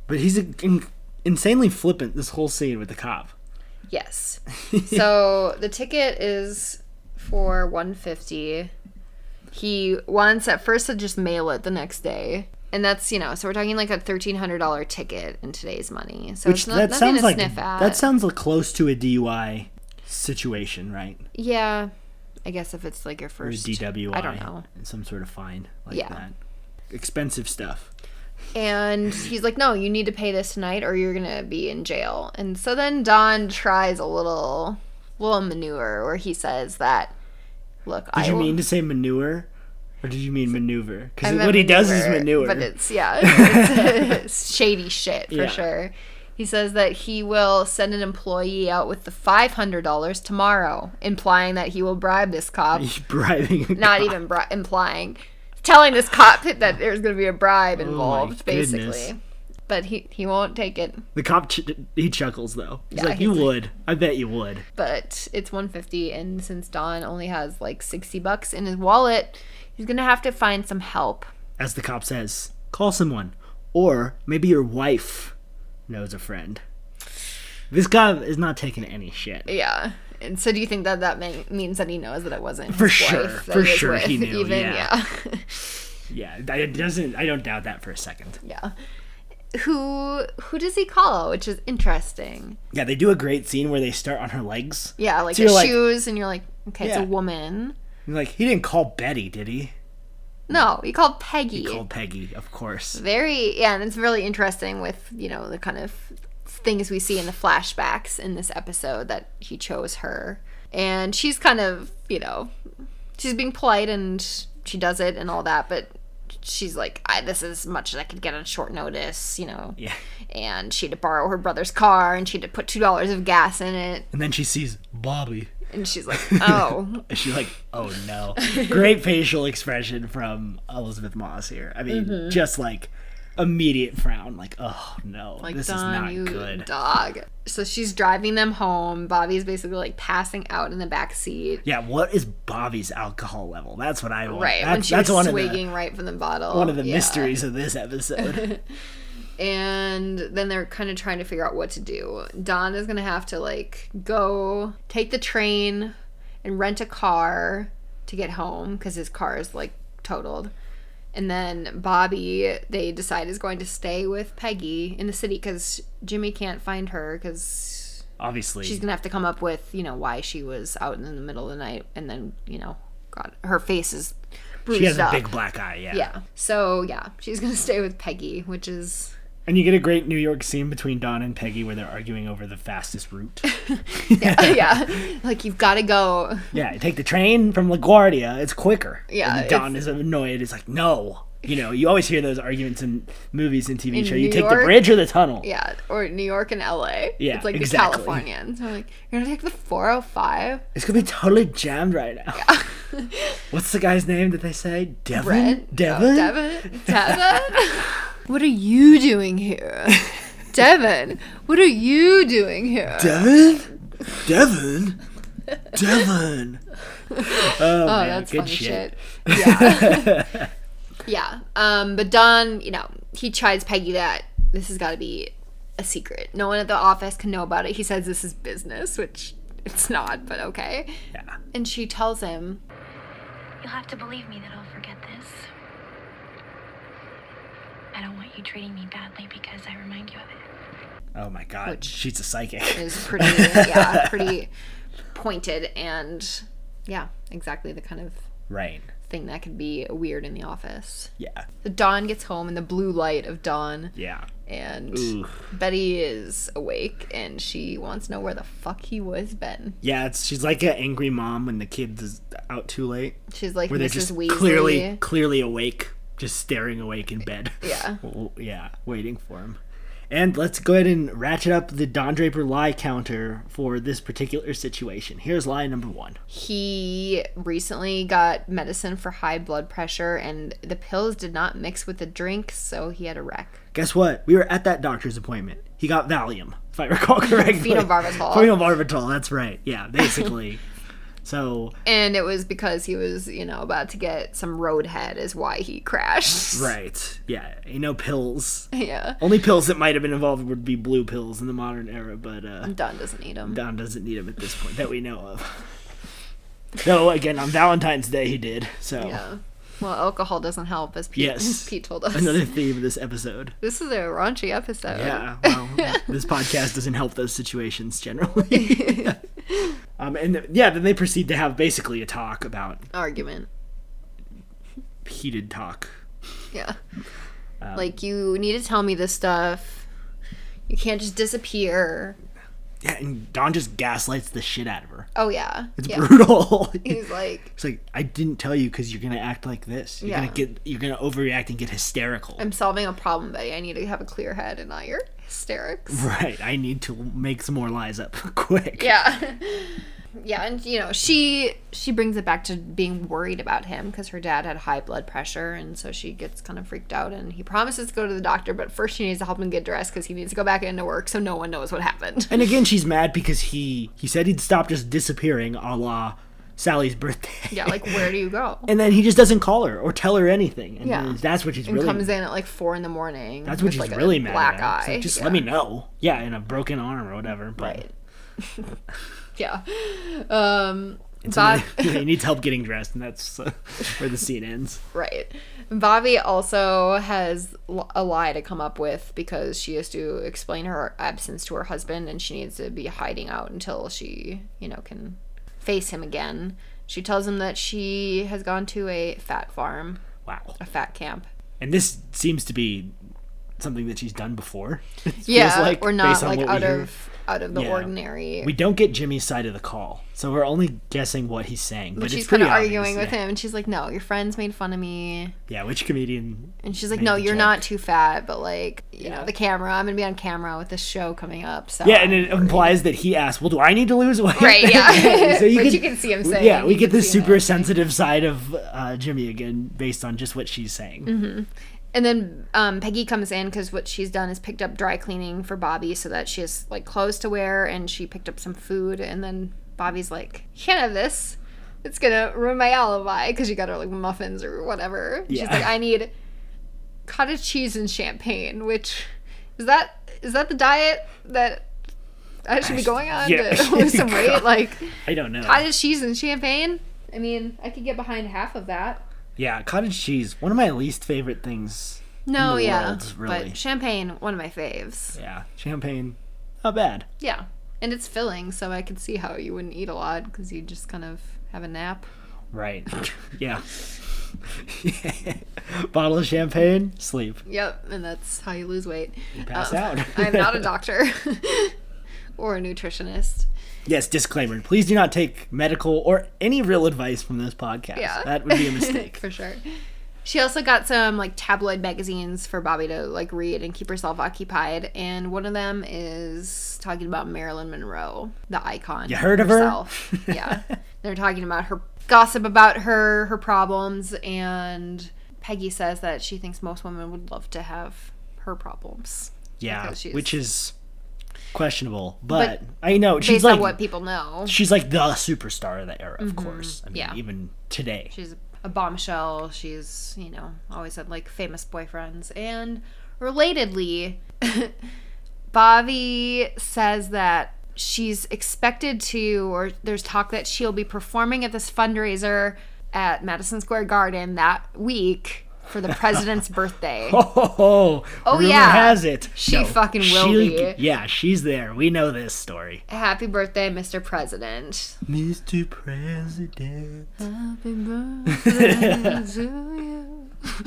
but he's in- insanely flippant this whole scene with the cop.
Yes. so the ticket is for one fifty. He wants at first to just mail it the next day. And that's you know, so we're talking like a thirteen hundred dollar ticket in today's money. So it's
Which
not,
that
nothing
sounds
to
like
sniff at.
that sounds like close to a DUI situation, right?
yeah. I guess if it's like your
Or a
first
DWI.
I don't know.
Some sort of fine like
Yeah.
that. Expensive stuff.
And he's like, No, you need to pay this tonight or you're gonna be in jail. And so then Don tries a little little maneuver where he says that look
Did
I
you
will-
mean to say manure, or did you mean maneuver?
I
Because
meant
what he does is manure.
But it's yeah, it's, it's shady shit for
Yeah.
sure. He says that he will send an employee out with the five hundred dollars tomorrow, implying that he will bribe this cop.
He's bribing. a
Not
cop.
even bri- implying, telling this cop that there's going to be a bribe involved,
Oh goodness.
basically. But he he won't take it.
the cop. Ch- he chuckles though. He's
Yeah,
like, "You
he's like-
would. I bet you would."
But it's one fifty, and since Don only has like sixty bucks in his wallet, he's gonna have to find some help.
As the cop says, "Call someone, or maybe your wife knows a friend." This cop is not taking any shit.
Yeah. And so do you think that that mean, means that he knows that it wasn't
For
his
sure.
wife that
For
he was
sure he
with,
knew,
Even yeah.
yeah. Yeah, that- it doesn't. I don't doubt that for a second.
yeah. Who who does he call? Which is interesting.
Yeah, they do a great scene where they start on her legs.
Yeah, like
So
the
you're like-
shoes and you're like, okay, it's
Yeah.
a woman.
You're like he didn't call Betty, did he?
No, he called Peggy.
He called Peggy, of course.
Very yeah, and it's really interesting with, you know, the kind of things we see in the flashbacks in this episode that he chose her. And she's kind of, you know, she's being polite and she does it and all that, but she's like, I, this is as much as I could get on short notice, you know.
Yeah.
And she had to borrow her brother's car and she had to put $2 of gas in it.
And then she sees Bobby.
And she's like, oh.
And she's like, oh no. Great facial expression from Elizabeth Moss here. I mean,
Mm-hmm.
just like immediate frown, like, oh no,
Like,
this
Don,
is not
you
good.
dog. So she's driving them home. Bobby's basically like passing out in the back seat.
Yeah, what is Bobby's alcohol level? That's what I want.
Right.
That's,
when she
that's
was
one
swigging
of
right from the bottle.
the one of the
Yeah.
mysteries of this episode.
And then they're kind of trying to figure out what to do. Don is going to have to like go take the train and rent a car to get home because his car is like totaled. And then Bobby, they decide, is going to stay with Peggy in the city because Jimmy can't find her because
Obviously,
she's gonna have to come up with you know why she was out in the middle of the night and then you know god her face is bruised
she has
up
a big black eye. Yeah.
yeah so yeah she's gonna stay with peggy which is
And you get a great New York scene between Don and Peggy where they're arguing over the fastest route.
yeah like you've gotta go
yeah, take the train from LaGuardia. It's quicker.
Yeah,
And Don is annoyed. It's like, no. You know, you always hear those arguments in movies and TV
In
shows.
New
You take
York?
the bridge or the tunnel.
yeah or new york and la
Yeah,
it's like
exactly.
the californians i'm like you're gonna take the 405
It's gonna be totally jammed right now. What's the guy's name that they say? Devin?
Brent?
Devin?
Oh, Devin? Devin? what are you doing here? Devin, what are you doing here?
Devin? Devin? Devin? Oh, man,
that's
good
funny
shit.
shit. Yeah. yeah. Um, but Don, you know, he chides Peggy that this has got to be a secret. No one at the office can know about it. He says this is business, which it's not, but okay.
Yeah.
And she tells him,
You'll have to believe me that I'll forget this. I don't want you treating me badly because I remind you of it.
Oh my god. She's a psychic.
is pretty, yeah, pretty pointed and, yeah, exactly the kind of
right.
thing that could be weird in the office.
Yeah.
The dawn gets home in the blue light of dawn.
Yeah.
and
Ooh.
Betty is awake and she wants to know where the fuck he was been.
Yeah, it's, she's like an angry mom when the kid is out too late.
She's like
Where they're
Mrs.
just
Weasley.
clearly clearly awake, just staring awake in bed.
Yeah.
W- yeah, waiting for him. And let's go ahead and ratchet up the Don Draper lie counter for this particular situation. Here's lie number one.
He recently got medicine for high blood pressure and the pills did not mix with the drink, so he had a wreck.
Guess what? We were at that doctor's appointment. He got Valium, if I recall correctly.
Phenobarbital.
Phenobarbital, that's right. Yeah, basically. so,
And it was because he was, you know, about to get some roadhead is why he crashed.
right. Yeah, ain't no pills.
yeah.
Only pills that might have been involved would be blue pills in the modern era, but uh,
Don doesn't need him.
Don doesn't need him at this point that we know of. Though again, on Valentine's Day he did. So
Yeah. Well, alcohol doesn't help, as Pete,
Yes.
as Pete told us.
another theme of this episode.
This is a raunchy episode.
Yeah, well, this podcast doesn't help those situations generally. um, and th- yeah, then they proceed to have basically a talk about
Argument.
heated talk.
Yeah.
Um,
like you need to tell me this stuff. You can't just disappear.
Yeah, and Don just gaslights the shit out of her.
Oh yeah.
It's
yeah.
brutal.
He's like,
It's like I didn't tell you because you're gonna act like this. You're
Yeah.
gonna get. You're gonna overreact and get hysterical.
I'm solving a problem, Betty. I need to have a clear head and not your hysterics.
right. I need to make some more lies up quick.
Yeah. Yeah, and you know, she she brings it back to being worried about him because her dad had high blood pressure and so she gets kind of freaked out and he promises to go to the doctor, but first she needs to help him get dressed cuz he needs to go back into work so no one knows what happened.
And again, she's mad because he he said he'd stop just disappearing, a la Sally's birthday.
yeah, like where do you go?
And then he just doesn't call her or tell her anything. And
Yeah.
that's what she's
And
really.
comes in at like four in the morning.
that's what
with,
she's
like, a
really mad
black
about. It's
eye.
like, just
Yeah.
let me know. Yeah, and a broken arm or whatever. But
Right. yeah. Um, Bob,
he needs help getting dressed, and that's uh, where the scene ends.
right. Bobby also has l- a lie to come up with because she has to explain her absence to her husband and she needs to be hiding out until she, you know, can face him again. She tells him that she has gone to a fat farm,
Wow.
a fat camp.
And this seems to be something that she's done before. It feels
yeah,
like,
or not
based on
like
what we
out
hear.
of out of the
Yeah.
ordinary.
We don't get Jimmy's side of the call, so we're only guessing what he's saying. But,
but she's
it's pretty
kind of
obvious,
arguing with
yeah.
him, and she's like, "No, your friends made fun of me,"
Yeah, which comedian?
and she's like,
Made
"No,
the
you're
joke.
not too fat, but like, you know, the camera. I'm gonna be on camera with this show coming up." So
Yeah, and it implies that he asked, "Well, do I need to lose weight?"
Right, yeah.
so you,
But
could,
you can see him saying,
Yeah, we
you
get
can
this
see him.
super sensitive side of uh, Jimmy again, based on just what she's saying.
Mm. And then um, Peggy comes in because what she's done is picked up dry cleaning for Bobby so that she has like clothes to wear and she picked up some food. And then Bobby's like, You can't have this. It's going to ruin my alibi because you got her like muffins or whatever. And She's
Yeah.
like, I need cottage cheese and champagne, which is that is that the diet that I should be going on
Yeah.
to lose some weight? Like
I don't know.
cottage cheese and champagne? I mean, I could get behind half of that.
yeah, cottage cheese, one of my least favorite things.
No,
the
yeah.
world, really.
But champagne, one of my faves.
Yeah, champagne, not bad.
Yeah. And it's filling, so I could see how you wouldn't eat a lot because you just kind of have a nap.
Right. yeah. Bottle of champagne, sleep.
Yep, and that's how you lose weight. Um,
Pass out.
I'm not a doctor or a nutritionist.
Yes, disclaimer. Please do not take medical or any real advice from this podcast.
Yeah.
That would be a mistake.
For sure. She also got some like tabloid magazines for Bobby to like read and keep herself occupied, and one of them is talking about Marilyn Monroe, the icon. You
heard of her?
yeah. They're talking about her gossip about her, her problems, and Peggy says that she thinks most women would love to have her problems.
yeah,
because she's-
which is questionable. But, I know she's
Based
like
on what people know.
she's like the superstar of the era, of course. I mean,
yeah.
even today.
She's a bombshell. She's, you know, always had like famous boyfriends. And relatedly, Bobby says that she's expected to, or there's talk that she'll be performing at this fundraiser at Madison Square Garden that week for the president's birthday.
Oh, ho, ho.
Oh,
Rumor
yeah.
has it.
She fucking will
she-
be.
Yeah, she's there. We know this story.
Happy birthday, Mr. President.
Mr. President.
Happy birthday to you.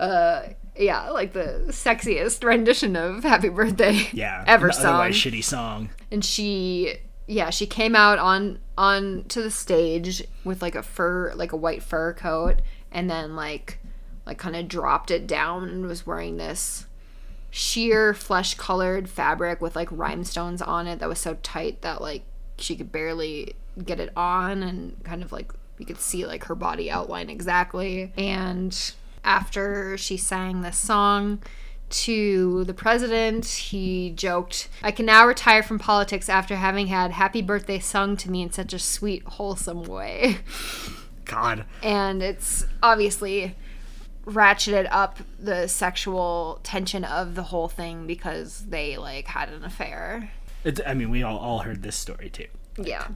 Uh, yeah, like the sexiest rendition of Happy Birthday
Yeah.
ever
an
song.
Otherwise shitty song.
and she, yeah, she came out on on to the stage with like a fur, like a white fur coat, and then like like kind of dropped it down and was wearing this sheer flesh colored fabric with like rhinestones on it that was so tight that like she could barely get it on and kind of like you could see like her body outline exactly and after she sang this song to the president he joked i can now retire from politics after having had happy birthday sung to me in such a sweet wholesome way
God.
and it's obviously ratcheted up the sexual tension of the whole thing because they like had an affair.
It's, I mean, we all, all heard this story too.
Yeah.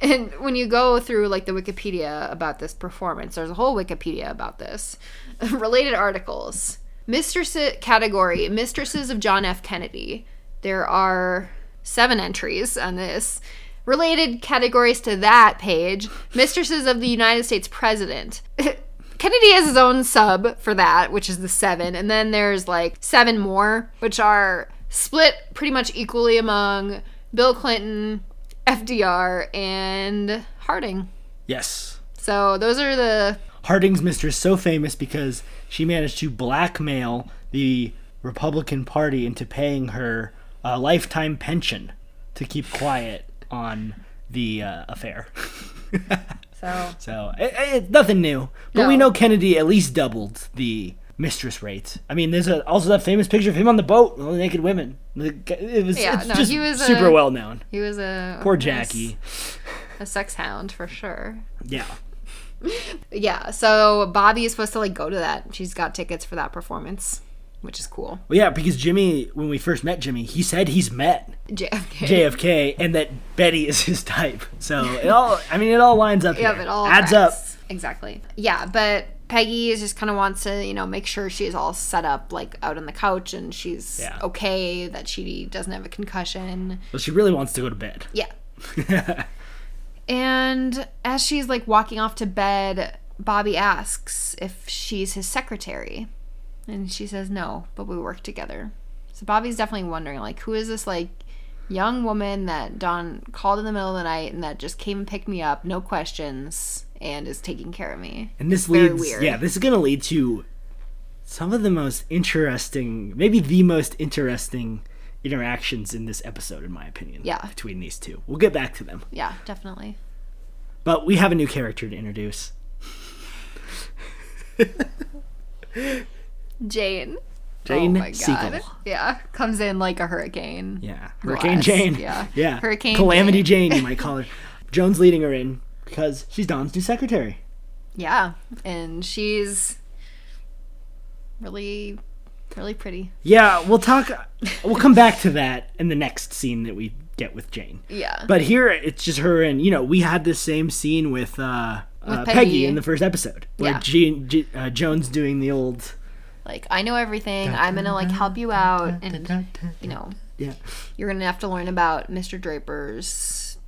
And when you go through like the Wikipedia about this performance, there's a whole Wikipedia about this. Related articles. Mistress category Mistresses of John F. Kennedy. There are seven entries on this. Related categories to that page Mistresses of the United States President. Kennedy has his own sub for that, which is the seven. And then there's like seven more, which are split pretty much equally among Bill Clinton, FDR, and Harding.
Yes.
So those are the.
Harding's mistress so famous because she managed to blackmail the Republican Party into paying her a lifetime pension to keep quiet on the uh, affair.
So
So i i nothing new, but we
No.
know Kennedy at least doubled the mistress rate. I mean, there's a, also that famous picture of him on the boat with all the naked women. The g- It was
Yeah,
it's
no,
just
he was,
super
uh,
well known.
he was a
Poor Jackie.
a sex hound for sure.
Yeah.
Yeah. So Bobby is supposed to like go to that. She's got tickets for that performance, which is cool.
Well, yeah, because Jimmy, when we first met Jimmy, he said he's met
JFK.
JFK and that Betty is his type. So it all I mean it all lines up.
Yep,
here.
it all
adds up.
tracks. Exactly. Yeah, but Peggy is just kind of wants to, you know, make sure she's all set up, like out on the couch, and she's
Yeah.
okay, that she doesn't have a concussion.
Well, she really wants to go to bed.
Yeah. and as she's like walking off to bed, Bobby asks if she's his secretary. And she says, no, but we work together. So Bobby's definitely wondering, like, who is this, like, young woman that Don called in the middle of the night and that just came and picked me up, no questions, and is taking care of me?
And this
Very
leads,
weird.
yeah, this is gonna lead to some of the most interesting, maybe the most interesting interactions in this episode, in my opinion.
Yeah.
between these two, we'll get back to them.
Yeah, definitely.
But we have a new character to introduce.
Jane.
Jane
oh my
Siegel.
god. Yeah, comes in like a hurricane.
Yeah. Hurricane
less,
Jane.
yeah.
Yeah.
Hurricane
Calamity Jane. you might call her. Joan's leading her in because she's Don's new secretary.
Yeah, and she's really, really pretty.
Yeah, we'll talk. We'll come back to that in the next scene that we get with Jane.
Yeah.
But here it's just her and you know we had this same scene with, uh, uh, Peggy.
Peggy.
in the first episode where
Yeah.
Jean, J- uh, Joan's doing the old
like I know everything. I'm gonna like help you out, and you know,
yeah
you're gonna have to learn about Mr. Draper's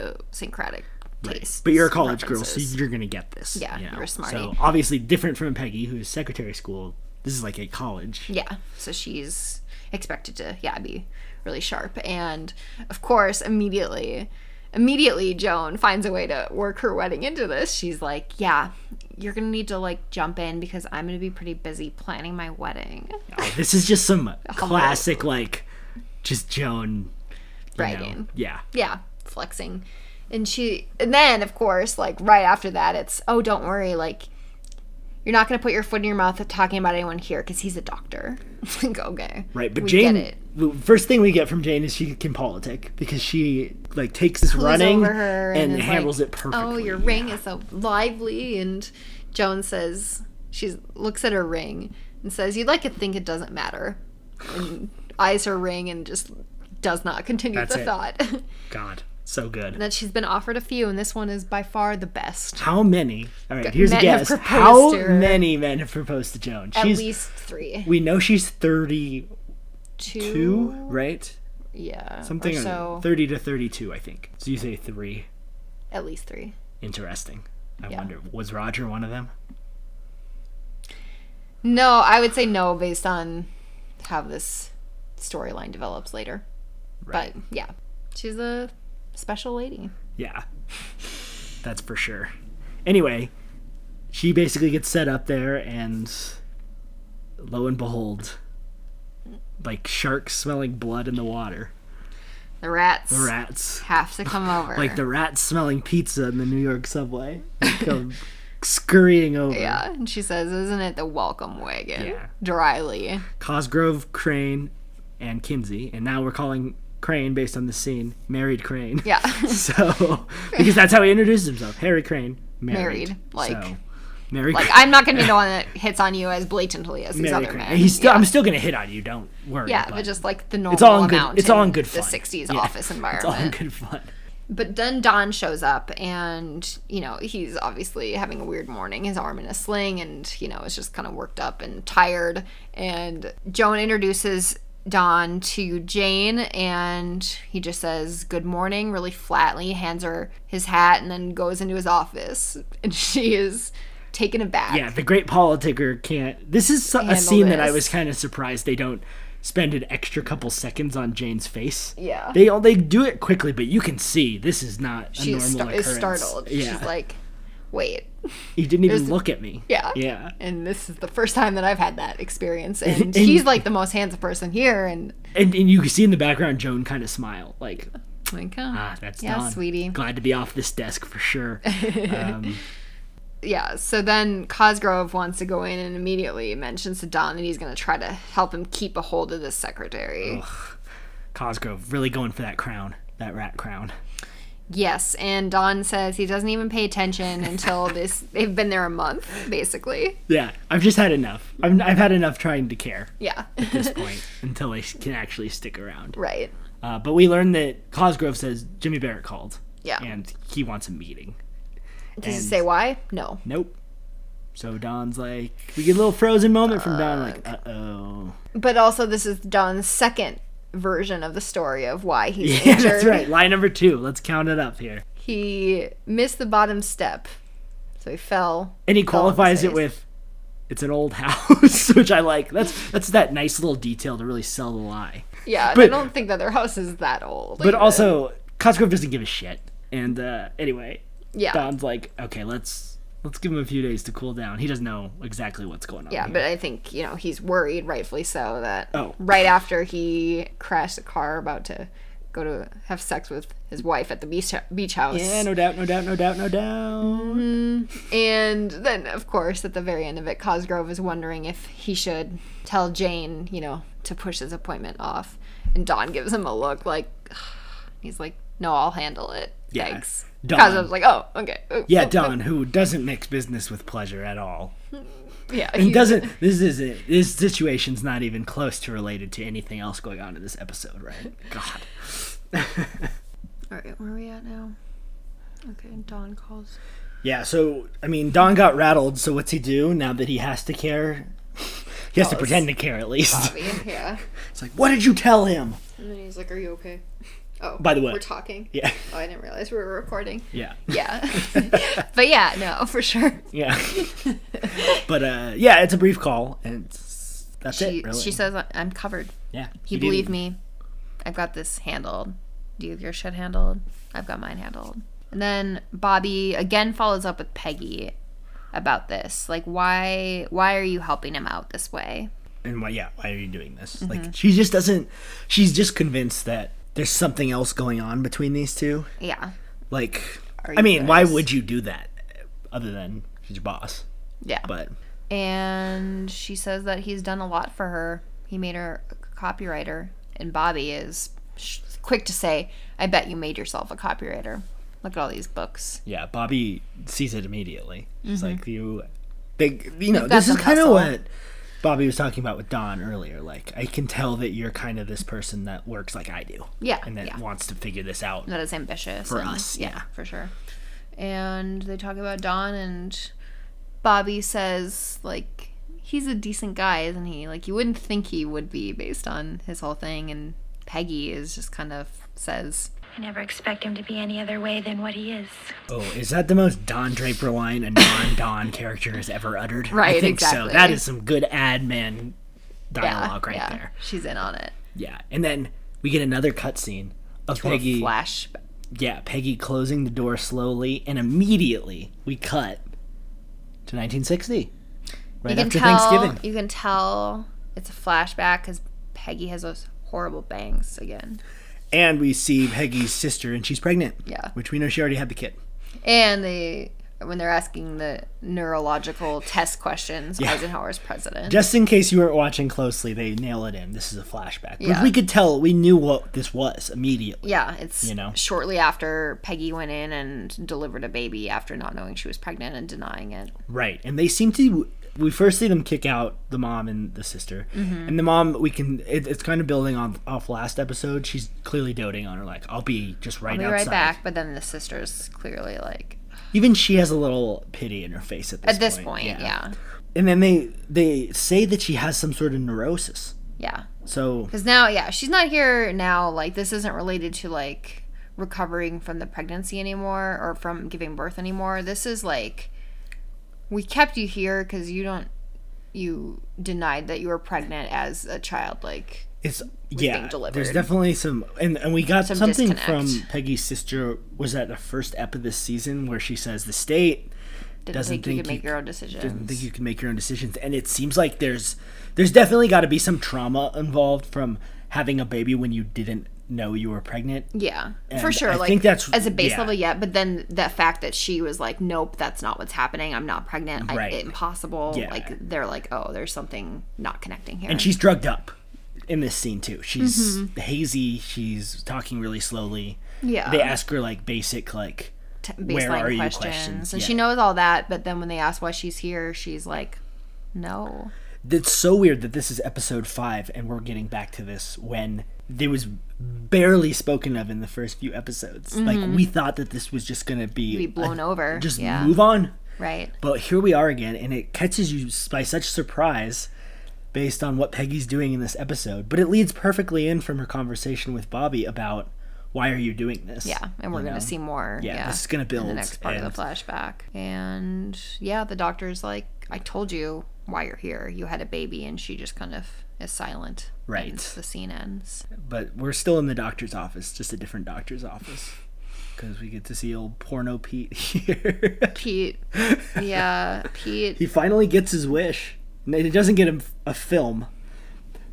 idiosyncratic tastes.
But you're a college girl, so
preferences.
you're gonna get this.
Yeah, you're a smarty.
So obviously different from Peggy, who is secretary school. This is like a college.
Yeah. So she's expected to, yeah, be really sharp. And of course, immediately, immediately Joan finds a way to work her wedding into this. She's like, yeah, you're going to need to like jump in because I'm going to be pretty busy planning my wedding.
Oh, this is just some classic like, just Joan. you
Bragging.
know. Yeah.
Yeah. Flexing. And she, and then of course, like right after that, it's, oh, don't worry. Like, you're not going to put your foot in your mouth talking about anyone here because he's a doctor. It's like, okay.
Right, but
we Get
Jane.
it.
The first thing we get from Jane is she can politic because she like takes this running
over her
and,
is
handles
like,
it perfectly.
Oh, your ring is so lively. And Joan says, she looks at her ring and says, You'd like to think it doesn't matter. And eyes her ring and just does not continue
That's
the
it.
thought. and
God, so good.
that she's been offered a few, and this one is by far the best.
How many? All right, here's a
men have
guess.
proposed
How
to her.
many men have proposed to Joan?
At
she's,
least three.
we know she's thirty
Two?
two, right?
Yeah.
Something
or
or
so.
thirty to thirty-two, I think. So you say three.
At least three.
Interesting. I
Yeah.
wonder was Roger one of them?
No, I would say no based on how this storyline develops later.
Right.
But yeah, she's a special lady.
Yeah, that's for sure. Anyway, she basically gets set up there, and lo and behold, like sharks smelling blood in the water,
The rats.
the rats,
have to come over.
like the rats smelling pizza in the New York subway, come scurrying over.
yeah, and she says, "Isn't it the welcome wagon?"
Yeah.
Dryly,
Cosgrove, Crane, and Kinsey, and now we're calling Crane based on the scene, married Crane.
yeah,
So, because that's how he introduced himself, Harry Crane, married,
Married, like-
so, Mary.
like
Crane-
I'm not gonna be the one that hits on you as blatantly as these
Mary
other
Crane.
men.
And He's still.
yeah.
I'm still gonna hit on you. Don't worry.
yeah, but just like the normal
all in good-
amount.
it's all
in
in good
The
fun.
'60s
Yeah.
office environment.
it's all in good fun.
But then Don shows up, and you know he's obviously having a weird morning. His arm in a sling, and you know is just kind of worked up and tired. And Joan introduces Don to Jane, and he just says good morning really flatly, hands her his hat, and then goes into his office. And she is taken aback.
Yeah, the great politicker can't. This is so- a
Handle
scene that I
this.
was kind of surprised they don't spend an extra couple seconds on Jane's face.
Yeah.
They all they do it quickly, but you can see this is not a
she is,
normal
sta- is
occurrence.
startled.
Yeah,
She's like, wait,
he didn't even
there's-
look at me.
yeah,
Yeah.
And this is the first time that I've had that experience, and he's like the most handsome person here, and.
And, and you can see in the background Joan kind of smile, like,
Like, oh,
ah, that's
yeah,
Don.
sweetie.
Glad to be off this desk for sure. um,
Yeah. So then Cosgrove wants to go in and immediately mentions to Don that he's going to try to help him keep a hold of this secretary.
Cosgrove really going for that crown, that rat crown.
Yes, and Don says he doesn't even pay attention until this. They've been there a month, basically.
Yeah, I've just had enough. I'm, I've had enough trying to care
Yeah.
at this point until I can actually stick around.
right.
Uh, but we learned that Cosgrove says Jimmy Barrett called.
Yeah.
And he wants a meeting.
Does he
And-
say why? No.
Nope. So Don's like, we get a little frozen moment from Don, like, uh oh.
But also, this is Don's second version of the story of why he's
Yeah,
injured.
that's right. Line number two. Let's count it up here.
He missed the bottom step, so he fell.
And he
Fell on his
qualifies it
face.
with It's an old house, which I like. That's that's that nice little detail to really sell the lie.
Yeah,
But-
I don't think that their house is that old.
But
even.
also, Cosgrove doesn't give a shit. And uh, anyway,
yeah,
Don's like, okay, let's let's give him a few days to cool down. He doesn't know exactly what's going on.
yeah.
here.
But I think you know he's worried, rightfully so, that
Oh.
right after he crashed the car about to go to have sex with his wife at the beach beach house,
yeah, no doubt, no doubt, no doubt, no doubt.
and then of course at the very end of it, Cosgrove is wondering if he should tell Jane, you know, to push his appointment off, and Don gives him a look like he's like, "No, I'll handle it."
Yeah.
Thanks.
Don.
Cosgrove's like, "Oh, okay." Oh,
Yeah,
oh,
Don, who doesn't mix business with pleasure at all,
Yeah,
and
he's-
doesn't. This is it. This situation's not even close to related to anything else going on in this episode, right? God.
All right, where are we at now? Okay, Don calls.
Yeah, so I mean, Don got rattled. So what's he do now that he has to care? He has to pretend to care at least.
Yeah.
It's like, what did you tell him?
And then he's like, "Are you okay?" Oh,
By the way-
we're talking.
Yeah,
Oh, I didn't realize we were recording.
yeah,
Yeah. but yeah, no, for sure.
yeah. but uh, yeah, it's a brief call, and it's, that's
She
it. Really.
she says, "I- "I'm covered.
yeah,
You,
didn't-
believe me? I've got this handled. Do you have your shit handled? I've got mine handled." And then Bobby again follows up with Peggy about this. Like, why why are you helping him out this way?
and why yeah why are you doing this
Mm-hmm.
like she just doesn't she's just convinced that there's something else going on between these two
Yeah.
like
Are
i
you
mean why
guys-
would you do that other than she's your boss
Yeah.
but
and she says that he's done a lot for her. He made her a copywriter, and Bobby is sh- quick to say, "I bet you made yourself a copywriter. Look at all these books."
yeah bobby sees it immediately she's like you big you know
Mm-hmm. got
this is
the
kind of
hustle.
what bobby was talking about with don earlier like i can tell that you're kind of this person that works like i do
Yeah,
and that
yeah.
wants to figure this out
That is ambitious
For
and-
us, yeah.
for sure. And they talk about Don, and Bobby says like he's a decent guy, isn't he? Like you wouldn't think he would be based on his whole thing, and Peggy is just kind of says,
I never expect him to be any other way than what he is.
Oh, is that the most Don Draper line a non-Don character has ever uttered? I
Right,
think
exactly.
so. That is some good ad man dialogue right
yeah,
there.
she's in on it."
Yeah, and then we get another cutscene of
Or
Peggy.
flash,
Yeah, Peggy closing the door slowly, and immediately we cut to 1960, right after Thanksgiving.
You can tell it's a flashback because Peggy has those horrible bangs again.
And we see Peggy's sister, and she's pregnant.
Yeah.
which we know she already had the kid.
And they, when they're asking the neurological test questions, Eisenhower's president.
Just in case you weren't watching closely, they nail it in. This is a flashback. But
Yeah.
we could tell we knew what this was immediately.
yeah, it's
You know.
shortly after Peggy went in and delivered a baby after not knowing she was pregnant and denying it.
Right. And they seem to. We first see them kick out the mom and the sister.
Mm-hmm.
And the mom, we can. It, it's kind of building on off last episode. She's clearly doting on her. Like, I'll be just right
Be
outside.
right back, but then the sister's clearly like
Even she has a little pity in her face at this
at this point, yeah,
And then they they say that she has some sort of neurosis.
yeah.
So
Because now, yeah, she's not here now. Like, this isn't related to like recovering from the pregnancy anymore or from giving birth anymore. This is like, we kept you here because you don't, you denied that you were pregnant as a child. Like,
it's
being
yeah.
delivered.
There's definitely some, and and we got something
disconnect.
from Peggy's sister. Was that the first ep of this season where she says the state
didn't
Doesn't
think, you
think
could
you
make your own decisions.
doesn't think you can make your own decisions and it seems like there's there's definitely got to be some trauma involved from having a baby when you didn't know you were pregnant
yeah, for
And
sure.
I
like,
think that's-
as a base
yeah.
level, yeah. But then the fact that she was like, "Nope, that's not what's happening. I'm not pregnant.
Right.
I, impossible."
Yeah.
Like, they're like, "Oh, there's something not connecting here."
and she's drugged up in this scene too she's hazy she's talking really slowly
Mm-hmm. yeah.
they ask her like basic like
t-
Where
baseline
are you
questions.
questions?
And
Yeah.
she knows all that, but then when they ask why she's here, she's like, no.
it's so weird that this is episode 5 and we're getting back to this when there was barely spoken of in the first few episodes like we thought that this was just going to be
Mm-hmm. Be blown
a-
over.
just
yeah.
move on
Right.
But here we are again, and it catches you s- by such surprise based on what Peggy's doing in this episode. But it leads perfectly in from her conversation with Bobby about why are you doing this?
Yeah. And we're
You
going
know?
to see more.
Yeah,
Yeah.
this is gonna
in
build,
the next part of
and-
the flashback. And yeah, the doctor's like, I told you why you're here. You had a baby, and she just kind of is silent.
Right.
And the scene ends.
But we're still in the doctor's office, just a different doctor's office. Because we get to see old porno Pete here.
Pete. Yeah, Pete.
he finally gets his wish. No, He doesn't get a, a film,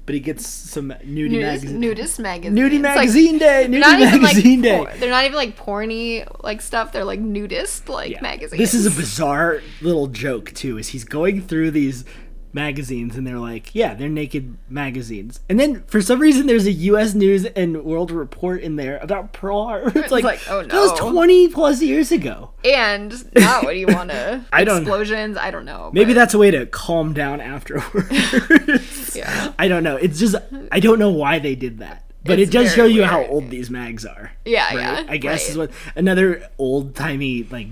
but he gets some nudie
Nudist,
magazine.
nudist magazine.
Nudie
It's like-
magazine day. Nudie
not even
magazine
like
day.
por- they're not even like porny like stuff. They're like nudist like
Yeah.
magazines.
This is a bizarre little joke too. Is he's going through these magazines and they're like, yeah, they're naked magazines. And then for some reason there's a U.S. News and World Report in there about Pearl Harbor. It's like,
like, oh,
that was
no.
20 plus years ago.
and not what you want to.
I don't-
explosions. I don't know.
Maybe
but-
that's a way to calm down afterwards.
Yeah.
I don't know. It's just I don't know why they did that. But
It's
it does show
very
you how
weird.
old these mags are.
Yeah,
right?
yeah,
I guess
right.
is what another old timey like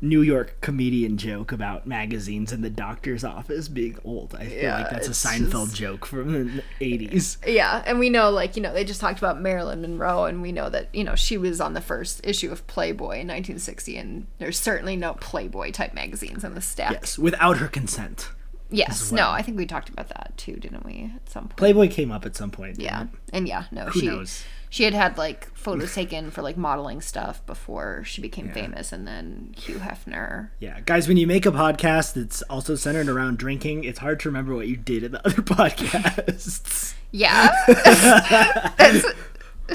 New York comedian joke about magazines and the doctor's office being old. I feel
Yeah,
like that's a
it's
Seinfeld joke from the eighties.
Yeah, and we know like you know they just talked about Marilyn Monroe, and we know that you know she was on the first issue of Playboy in 1960, and there's certainly no Playboy type magazines on the stack.
Yes, without her consent.
Yes, no, I think we talked about that too, didn't we? At some point.
Playboy came up at some point. didn't
Yeah,
it?
and yeah, no, she
knows?
she had had like photos taken for like modeling stuff before she became famous, and then Hugh Hefner.
Yeah, guys, when you make a podcast that's also centered around drinking, it's hard to remember what you did in the other podcasts.
Yeah, that's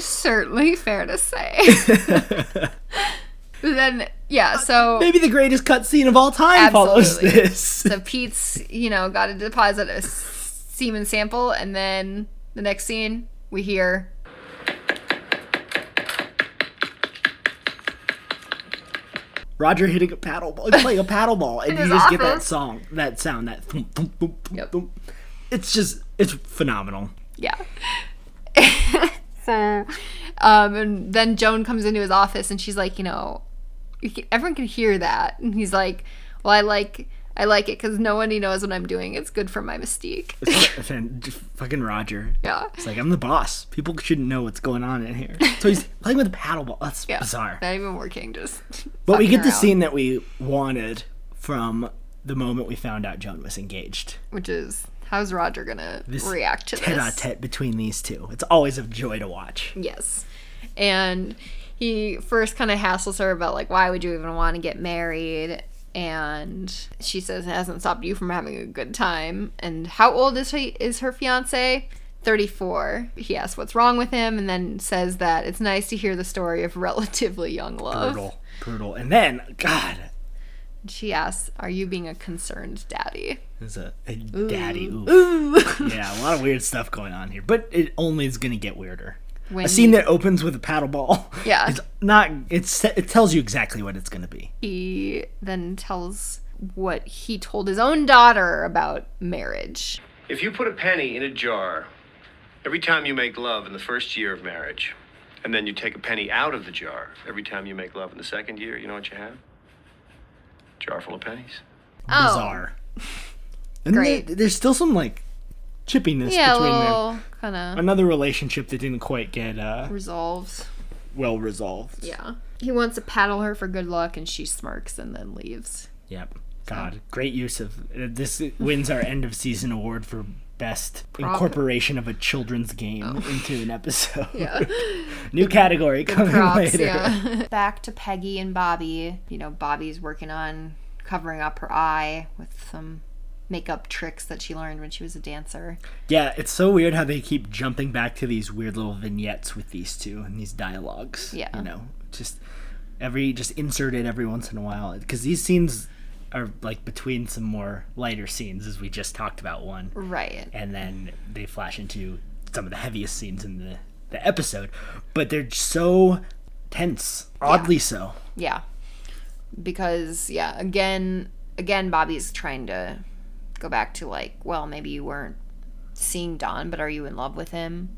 certainly fair to say. then yeah, so
Uh, Maybe the greatest cutscene of all time follows
Absolutely.
this.
So Pete's, you know, got to deposit a s- semen sample, and then the next scene we hear.
Roger hitting a paddle ball, playing a paddle ball, and you just get that
office.
song, that sound, that thump, thump, thump, thump,
Yep.
thump. It's just, it's phenomenal.
Yeah. so, um, and then Joan comes into his office, and she's like, you know, you can, everyone can hear that, and he's like, well, I like. I like it because no one he knows what I'm doing. It's good for my mystique.
It's f- fan- just fucking Roger.
yeah.
It's like, I'm the boss. People shouldn't know what's going on in here. So he's playing with a paddle ball. That's
yeah.
bizarre.
Not even working. Just.
But we
fucking
get the
around,
scene that we wanted from the moment we found out Joan was engaged.
which is how's Roger gonna
This
react to
tete a
this?
tete between these two. It's always a joy to watch.
Yes. And he first kind of hassles her about, like, why would you even want to get married? And she says it hasn't stopped you from having a good time. And how old is he? Is her fiance? 34. He asks what's wrong with him and then says that it's nice to hear the story of relatively young love.
Brutal. Brutal. And then, God,
She asks, Are you being a concerned daddy?
There's a, a daddy. Ooh. yeah, a lot of weird stuff going on here, but it only is going to get weirder.
When
a scene that opens with a paddle ball.
Yeah.
It's not. It's it tells you exactly what it's going to be.
he then tells what he told his own daughter about marriage.
If you put a penny in a jar every time you make love in the first year of marriage, and then you take a penny out of the jar every time you make love in the second year, you know what you have? Jar full of pennies.
Bizarre. And
Oh. Great.
there- there's still some like chippiness
Yeah, a
between them.
little kind of.
Another relationship that didn't quite get uh,
resolves.
well resolved.
Yeah. He wants to paddle her for good luck and she smirks and then leaves.
Yep. God, great use of uh, this wins our end of season award for best incorporation of a children's game into an episode.
Oh. Yeah.
New category coming
Props,
later.
yeah. Back to Peggy and Bobby. You know, Bobby's working on covering up her eye with some makeup tricks that she learned when she was a dancer.
Yeah, it's so weird how they keep jumping back to these weird little vignettes with these two and these dialogues.
Yeah.
You know, just every, just insert it every once in a while. Because these scenes are like between some more lighter scenes, as we just talked about one.
Right.
and then they flash into some of the heaviest scenes in the, the episode. But they're so tense, oddly so.
Yeah. Because yeah, again again Bobby's trying to go back to like, well, maybe you weren't seeing Don, but are you in love with him?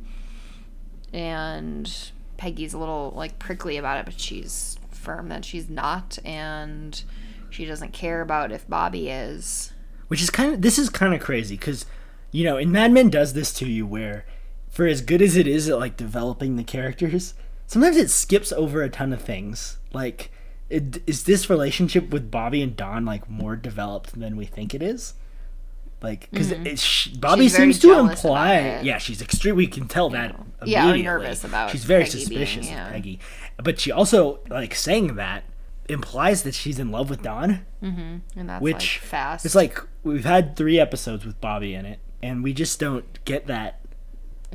And Peggy's a little like prickly about it, but she's firm that she's not and she doesn't care about if Bobby is.
Which is kind of this is kind of crazy because you know, and Mad Men does this to you where for as good as it is at like developing the characters, sometimes it skips over a ton of things. Like it, is this relationship with Bobby and Don like more developed than we think it is? Like, because Bobby
Mm-hmm. She's very
seems to
jealous
imply,
about it.
yeah, she's extreme. We can tell that.
Yeah, or
immediately.
nervous about
She's very
Peggy being,
suspicious
yeah.
of Peggy, but she also like saying that implies that she's in love with Don,
and that's
which
like fast.
It's like we've had three episodes with Bobby in it, and we just don't get that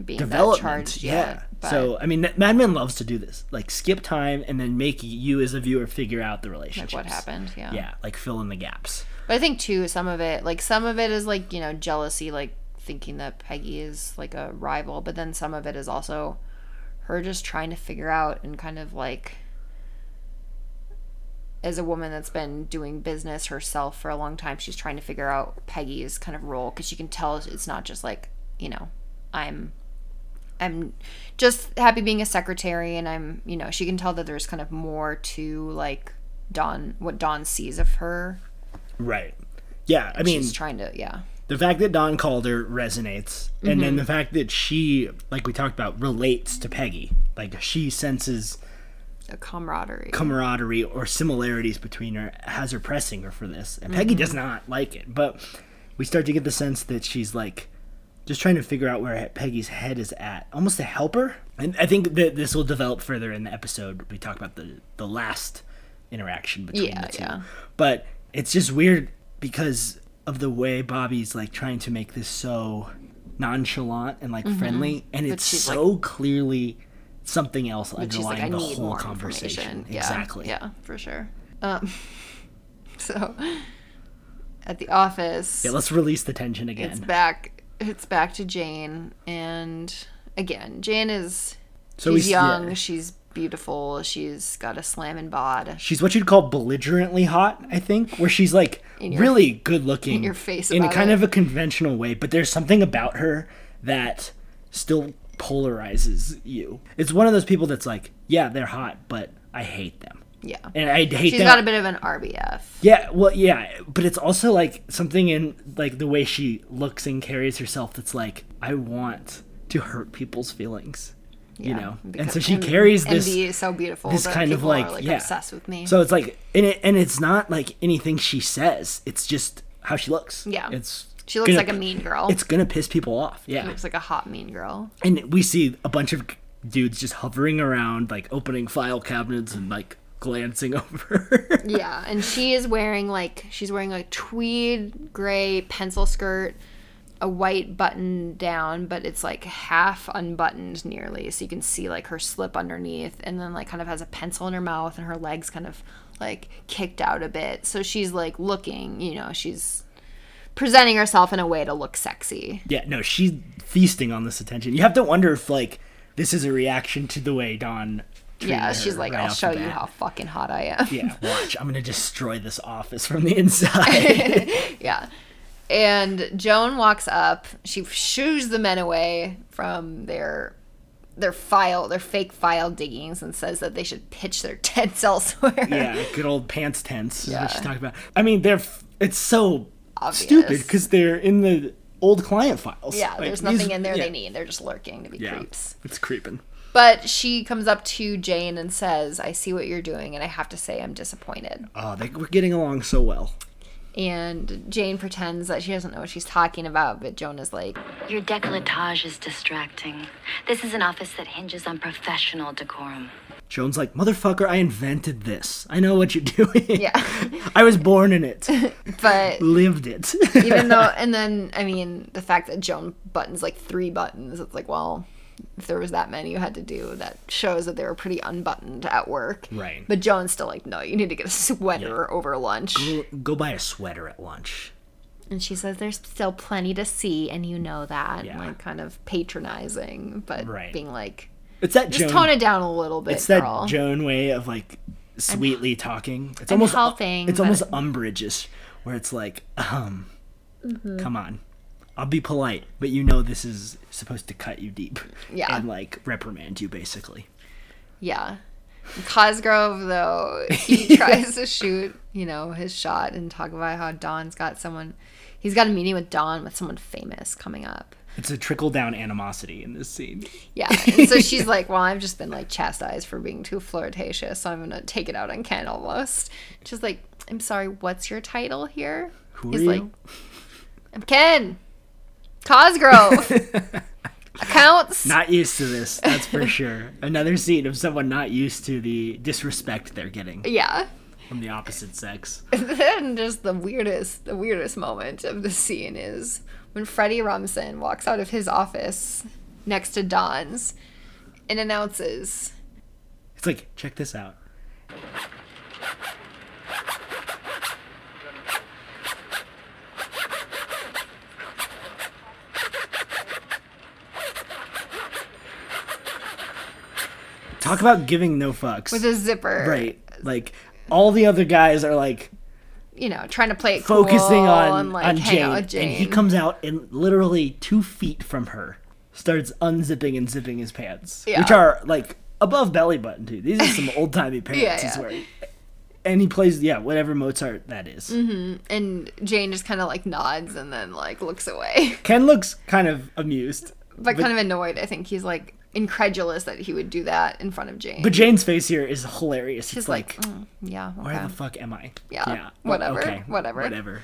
being that
development.
charged.
yeah.
yet, but
so I mean, Mad Men loves to do this, like skip time and then make you as a viewer figure out the
like
relationship.
what happened? Yeah.
Yeah, like fill in the gaps.
But I think too, some of it, like some of it is like you know jealousy, like thinking that Peggy is like a rival, but then some of it is also her just trying to figure out and kind of like as a woman that's been doing business herself for a long time, she's trying to figure out Peggy's kind of role because she can tell it's not just like you know I'm. I'm just happy being a secretary, and I'm, you know, she can tell that there's kind of more to like Don, what Don sees of her
Right. Yeah, I mean,
she's trying to yeah
the fact that Don called her resonates, and
Mm-hmm.
then the fact that she, like we talked about, relates to Peggy. Like she senses
a camaraderie
camaraderie or similarities between her, has her pressing her for this, and Peggy
Mm-hmm.
does not like it. But we start to get the sense that she's like just trying to figure out where he- Peggy's head is at, almost to help her. And I think that this will develop further in the episode. We talk about the the last interaction between
Yeah,
the two.
yeah.
But it's just weird because of the way Bobby's like trying to make this so nonchalant and like friendly, and it's
Mm-hmm. she's,
so clearly something else
she's like
underlying
i
the
need
whole
more
conversation.
information yeah,
Exactly.
yeah for sure um so at the office
Yeah, let's release the tension
it's
again.
back it's back to jane and again jane is
so
she's
we-
young
yeah.
she's beautiful she's got a slamming bod
She's what you'd call belligerently hot, I think, where she's like
your-
really good looking in
your face
in a
about
kind
it.
of a conventional way, but there's something about her that still polarizes you. It's one of those people that's like, yeah, they're hot, but I hate them.
yeah
And I hate
she's
them.
got a bit of an rbf
Yeah, well, yeah, but it's also like something in like the way she looks and carries herself that's like I want to hurt people's feelings, you know. And so she carries this
MD is so beautiful
this
that
kind of
people are,
like, yeah,
obsessed with me
So it's like and it, and it's not like anything she says. It's just how she looks.
Yeah.
it's
she looks
gonna-
like a mean girl
It's gonna piss people off. Yeah,
she looks like a hot mean girl
and we see a bunch of dudes just hovering around, like opening file cabinets and like glancing over.
Yeah, and she is wearing like she's wearing a tweed gray pencil skirt, a white button down, but it's like half unbuttoned nearly, so you can see like her slip underneath, and then like kind of has a pencil in her mouth, and her legs kind of like kicked out a bit, so she's like looking, you know, she's presenting herself in a way to look sexy.
Yeah, no, she's feasting on this attention. You have to wonder if like this is a reaction to the way Dawn. treated
yeah,
her
she's like,
right
I'll
off
show
the
you
bat.
how fucking hot I am.
Yeah, watch. I'm gonna destroy this office from the inside.
Yeah. And Joan walks up. She shoos the men away from their their file, their fake file diggings, and says that they should pitch their tents elsewhere.
yeah, good old pants tense. Is what she talked about. I mean, they're f- it's so
Obvious.
stupid because they're in the old client files.
Yeah,
Like,
there's
these-
nothing in there
yeah,
they need. They're just lurking to be
Yeah,
creeps.
it's creeping.
But she comes up to Jane and says, "I see what you're doing, and I have to say I'm disappointed."
Oh, they we're getting along so well.
And Jane pretends that she doesn't know what she's talking about, but Joan is like,
Your decolletage is distracting. This is an office that hinges on professional decorum.
Joan's like, motherfucker, I invented this. I know what you're doing.
"Yeah."
I was born in it,
But
lived it.
even though and then i mean the fact that joan buttons like three buttons it's like well if there was that many you had to do that shows that they were pretty unbuttoned at work
Right.
but joan's still like no you need to get a sweater over lunch
Go buy a sweater at lunch.
and she says there's still plenty to see and you know that
Yeah.
like kind of patronizing but
Right.
being like
It's that
just
Joan.
tone it down a little bit
it's that
girl.
Joan way of like sweetly talking. It's almost
helping,
It's
but-
almost umbrageous, where it's like, um,
Mm-hmm.
come on, I'll be polite, but you know this is supposed to cut you deep.
Yeah.
and like reprimand you basically.
Yeah. Cosgrove though, he tries to shoot, you know, his shot and talk about how Don's got someone he's got a meeting with Don with someone famous coming up.
It's a trickle down animosity in this scene.
Yeah. And so she's like, Well, I've just been like chastised for being too flirtatious, so I'm gonna take it out on Ken almost. She's like, I'm sorry, what's your title here?
Who
he's
are
like
you?
I'm Ken. Cosgrove. Accounts.
Not used to this, that's for sure. Another scene of someone not used to the disrespect they're getting
yeah.
from the opposite sex.
then just the weirdest the weirdest moment of the scene is when Freddie Rumsen walks out of his office next to Don's and announces
It's like, check this out. Talk about giving no fucks.
with a zipper.
right. Like all the other guys are like
You know, trying to play it
focusing
cool
on
and like
on
hang
Jane,
out with Jane.
and he comes out and literally two feet from her starts unzipping and zipping his pants,
Yeah.
which are like above belly button too. These are some old timey pants
Yeah,
he's
yeah.
wearing. And he plays yeah whatever Mozart that is.
Mm-hmm. and Jane just kind of like nods and then like looks away,
Ken looks kind of amused,
but, kind of annoyed. I think he's like incredulous that he would do that in front of Jane.
but Jane's face here is hilarious. It's
She's
like,
like, "Mm, yeah, okay.
where the fuck am I? Oh,
Yeah, whatever, whatever.
whatever.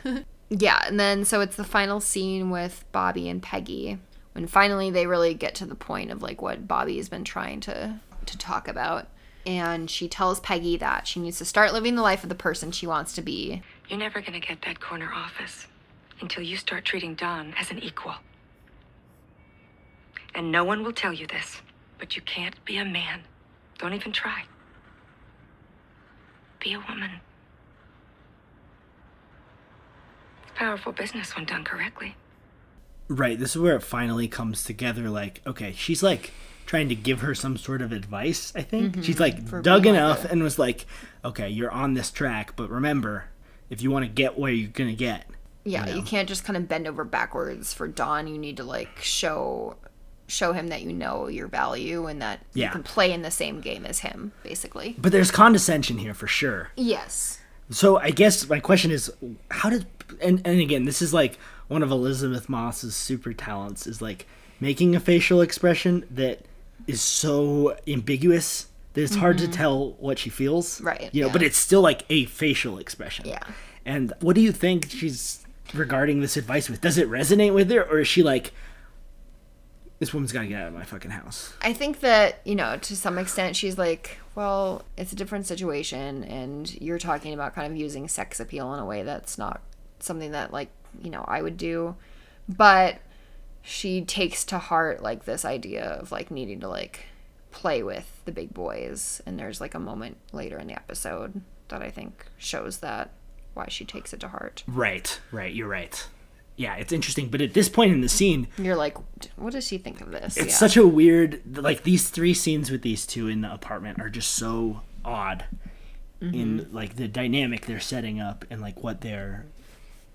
Yeah, and then so it's the final scene with Bobby and Peggy when finally they really get to the point of like what Bobby's been trying to to talk about. And she tells Peggy that she needs to start living the life of the person she wants to be.
You're never gonna get that corner office until you start treating Don as an equal. And no one will tell you this, but you can't be a man. Don't even try. Be a woman. It's powerful business when done correctly.
Right, this is where it finally comes together. Like, okay, she's like trying to give her some sort of advice, I think. she's like dug enough and was like, okay, you're on this track, but remember, if you want to get where you're going to get,
Yeah, you can't just kind of bend over backwards for Don. You need to like show show him that you know your value and that
Yeah.
you can play in the same game as him, basically.
but there's condescension here for sure.
Yes.
So I guess my question is, how did and and again, this is like one of Elizabeth Moss's super talents is like making a facial expression that is so ambiguous that it's hard to tell what she feels.
Mm-hmm. Right,
You know,
yeah.
but it's still like a facial expression.
Yeah.
And what do you think she's regarding this advice with? Does it resonate with her, or is she like, this woman's got to get out of my fucking house?
I think that, you know, to some extent she's like, well, it's a different situation and you're talking about kind of using sex appeal in a way that's not something that like, you know, I would do. But she takes to heart like this idea of like needing to like play with the big boys and there's like a moment later in the episode that I think shows that why she takes it to heart.
Right. Right. You're right. Yeah, it's interesting, but at this point in the scene,
You're like, what does she think of this?
It's such a weird like these three scenes with these two in the apartment are just so odd in
Mm-hmm.
like the dynamic they're setting up and like what they're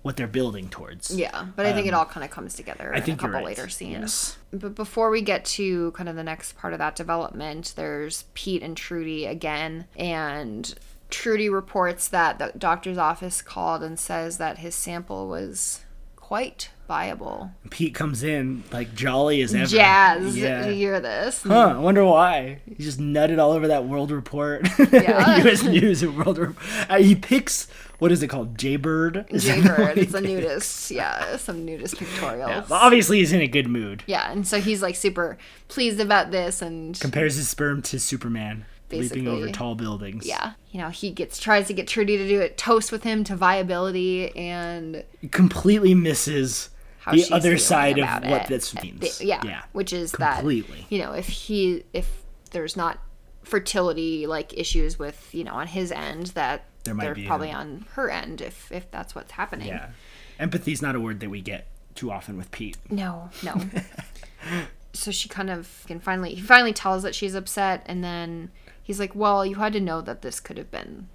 what they're building towards.
yeah, but I think it all kind of comes together
Um, I
in a
think
couple
you're right.
later scenes.
Yes.
But before we get to kind of the next part of that development, there's Pete and Trudy again. And Trudy reports that the doctor's office called and says that his sample was quite viable.
Pete comes in like jolly as ever.
Jazz,
Yeah.
you hear this?
Huh, I wonder why. He just nutted all over that World Report.
Yeah.
US News and World Report. Uh, he picks, what is it called? Jaybird? Is that
Jaybird,
what he
it's a
picks?
nudist. Yeah, some nudist
Yeah,
pictorials.
but Obviously, he's in a good mood.
Yeah, and so he's like super pleased about this and
Compares his sperm to Superman, leaping over
Basically.
tall buildings.
yeah, you know, he gets tries to get Trudy to do it toast with him to viability and
completely misses
how
the
she's
other
feeling
side of
about
what
it.
this
Th-
means.
yeah,
yeah,
which is
Completely.
that you know if he if there's not fertility like issues with you know on his end that
There might
they're
be
probably
a-
on her end if if that's what's happening.
yeah. Empathy is not a word that we get too often with Pete.
No, no. so she kind of can finally he finally tells that she's upset and then he's like, "Well, you had to know that this could have been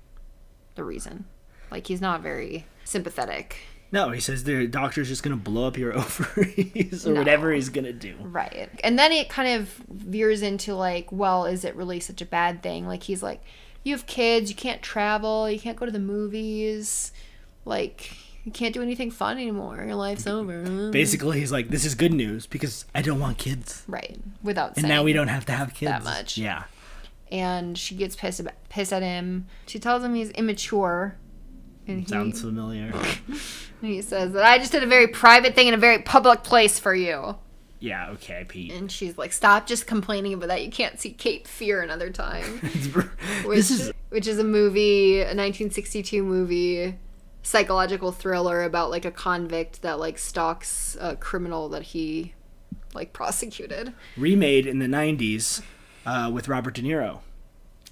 the reason." Like he's not very sympathetic.
No, he says the doctor's just gonna blow up your ovaries or whatever he's gonna do.
Right. And then it kind of veers into like, well, is it really such a bad thing? Like he's like, you have kids, you can't travel, you can't go to the movies, like you can't do anything fun anymore. Your life's over.
Basically, he's like, "This is good news because I don't want kids,
Right. Without
and
saying.
now we don't have to have kids
that much.
Yeah,
and she gets pissed about, pissed at him. She tells him he's immature. And he,
sounds familiar.
and He says that I just did a very private thing in a very public place for you.
Yeah, okay, Pete.
And she's like, "Stop just complaining about that. You can't see Cape Fear another time." Which,
this is
which is a movie, a 1962 movie, psychological thriller about like a convict that like stalks a criminal that he like prosecuted.
remade in the 90s uh, with Robert De Niro.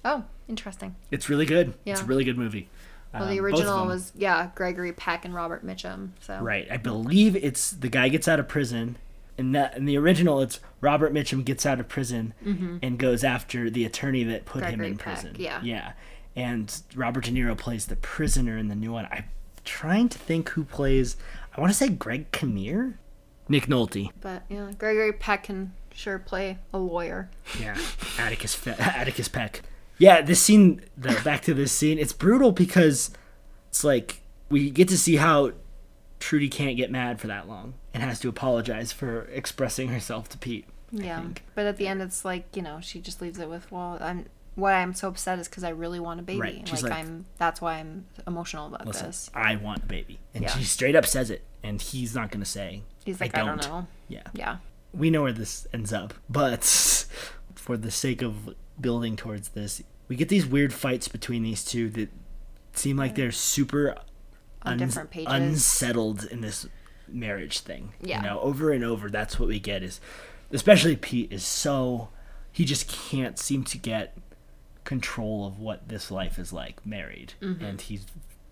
Oh, interesting.
It's really good. It's a
Yeah.
really good movie.
Well,
Um,
the
both of
original
them.
was yeah, Gregory Peck and Robert Mitchum. So
Right. I believe it's the guy gets out of prison. And that in the original, it's Robert Mitchum gets out of prison and goes after the attorney that put him
Gregory
in
Mm-hmm. Peck,
prison.
yeah.
Yeah. And Robert De Niro plays the prisoner in the new one. I'm trying to think who plays. I want to say Greg Kinnear, Nick Nolte.
but yeah, Gregory Peck can sure play a lawyer.
Yeah, Atticus Fe- Atticus Peck. Yeah, this scene. The, back to this scene. It's brutal because it's like we get to see how Trudy can't get mad for that long and has to apologize for expressing herself to Pete.
Yeah, but at the end, it's like you know, she just leaves it with, "Well, I'm what I'm so upset is because I really want a baby.
Right, she's
Like,
like-
I'm that's why I'm emotional about
Listen,
this."
I want a baby, and
Yeah.
she straight up says it, and he's not gonna say.
He's like, "I don't, know."
Yeah,
Yeah,
we know where this ends up, but for the sake of building towards this, we get these weird fights between these two that seem like they're super
on
uns-
different pages.
unsettled in this marriage thing.
Yeah.
You know, over and over, that's what we get is, especially Pete is so, he just can't seem to get control of what this life is like married.
Mm-hmm.
And he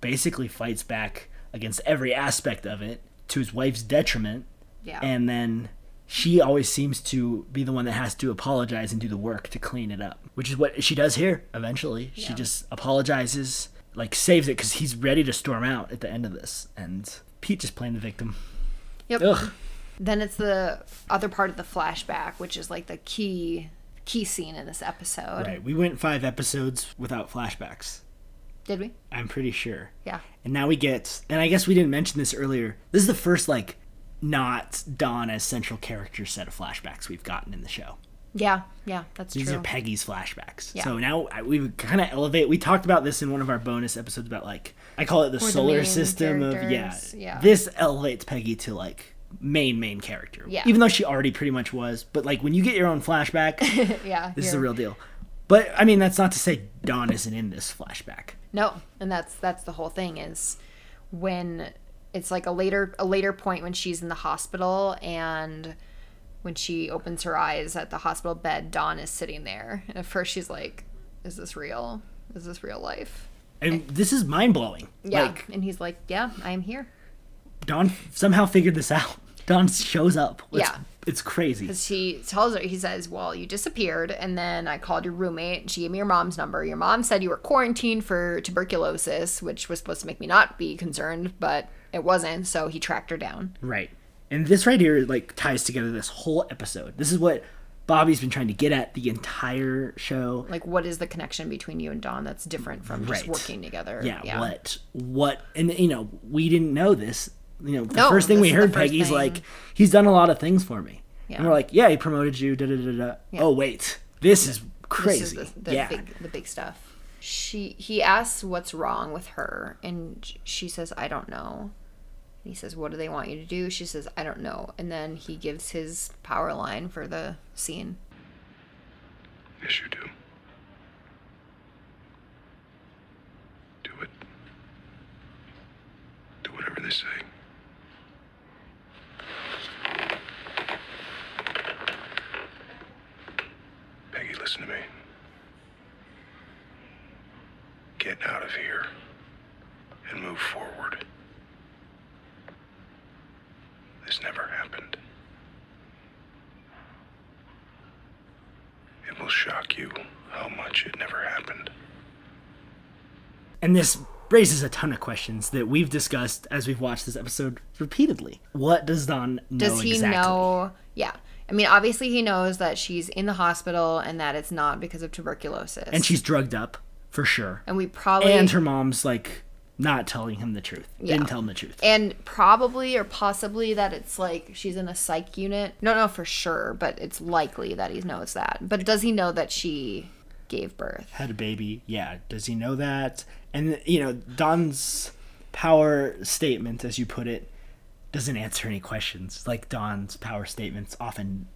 basically fights back against every aspect of it to his wife's detriment.
yeah,
And then she always seems to be the one that has to apologize and do the work to clean it up, which is what she does here eventually. She just apologizes, like saves it because he's ready to storm out at the end of this. And Pete just playing the victim.
yep.
Ugh.
Then it's the other part of the flashback, which is like the key key scene in this episode.
Right. We went five episodes without flashbacks.
Did we?
I'm pretty sure.
Yeah.
And now we get, and I guess we didn't mention this earlier. This is the first, like, not Dawn as central character set of flashbacks we've gotten in the show.
Yeah, yeah, that's
These
true.
are Peggy's flashbacks.
Yeah.
So now I- we kind of elevate. We talked about this in one of our bonus episodes about like I call it the
the
solar
main
system of yeah,
characters, yeah.
This elevates Peggy to like main main character.
Yeah.
Even though she already pretty much was, but like when you get your own flashback, this
yeah,
is the
you're-
real deal. But I mean, that's not to say Dawn isn't in this flashback.
No, and that's that's the whole thing is when it's like a later a later point when she's in the hospital and when she opens her eyes at the hospital bed, Dawn is sitting there. And at first she's like, Is this real? Is this real life?
And this is mind blowing.
Eh. Yeah.
Like
and he's like, Yeah, I am here.
Dawn somehow figured this out. Dawn shows up. It's-
Yeah.
It's crazy.
She tells her, he says, Well, you disappeared and then I called your roommate and she gave me your mom's number. Your mom said you were quarantined for tuberculosis, which was supposed to make me not be concerned, but it wasn't, so he tracked her down.
Right. And this right here like ties together this whole episode. This is what Bobby's been trying to get at the entire show.
like what is the connection between you and Dawn that's different from just
Right.
working together?
yeah, what what and you know, we didn't know this. You know, the
No,
first thing
this
we
is the
heard
first
Peggy's
thing.
like, he's done a lot of things for me. And
Yeah.
we're like, yeah, he promoted you, da da da da. Oh wait. This is
This
crazy.
is the, the
yeah.
big the big stuff. She he asks what's wrong with her and sh- she says I don't know. And He says, "What do they want you to do?" She says, "I don't know." And then he gives his power line for the scene.
Yes, you do. Do it. Do whatever they say. Peggy, listen to me. Get out of here and move forward. This never happened. It will shock you how much it never happened.
And this raises a ton of questions that we've discussed as we've watched this episode repeatedly. What does Don know
Does he
exactly?
know? Yeah. I mean, obviously he knows that she's in the hospital and that it's not because of tuberculosis.
And she's drugged up for sure.
and we probably
and her mom's like not telling him the truth. Didn't tell him the truth.
and probably or possibly that it's like she's in a psych unit. No, no, for sure, but it's likely that he knows that. But does he know that she gave birth?
Had a baby. Yeah. Does he know that? And you know, Don's power statement, as you put it, doesn't answer any questions like Don's power statements often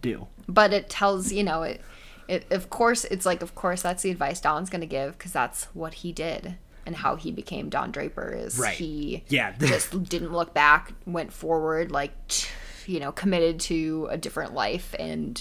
do.
but it tells you know it, it of course it's like of course that's the advice don's gonna give because that's what he did and how he became don draper is
Right.
he
Yeah.
just didn't look back went forward like t- you know committed to a different life and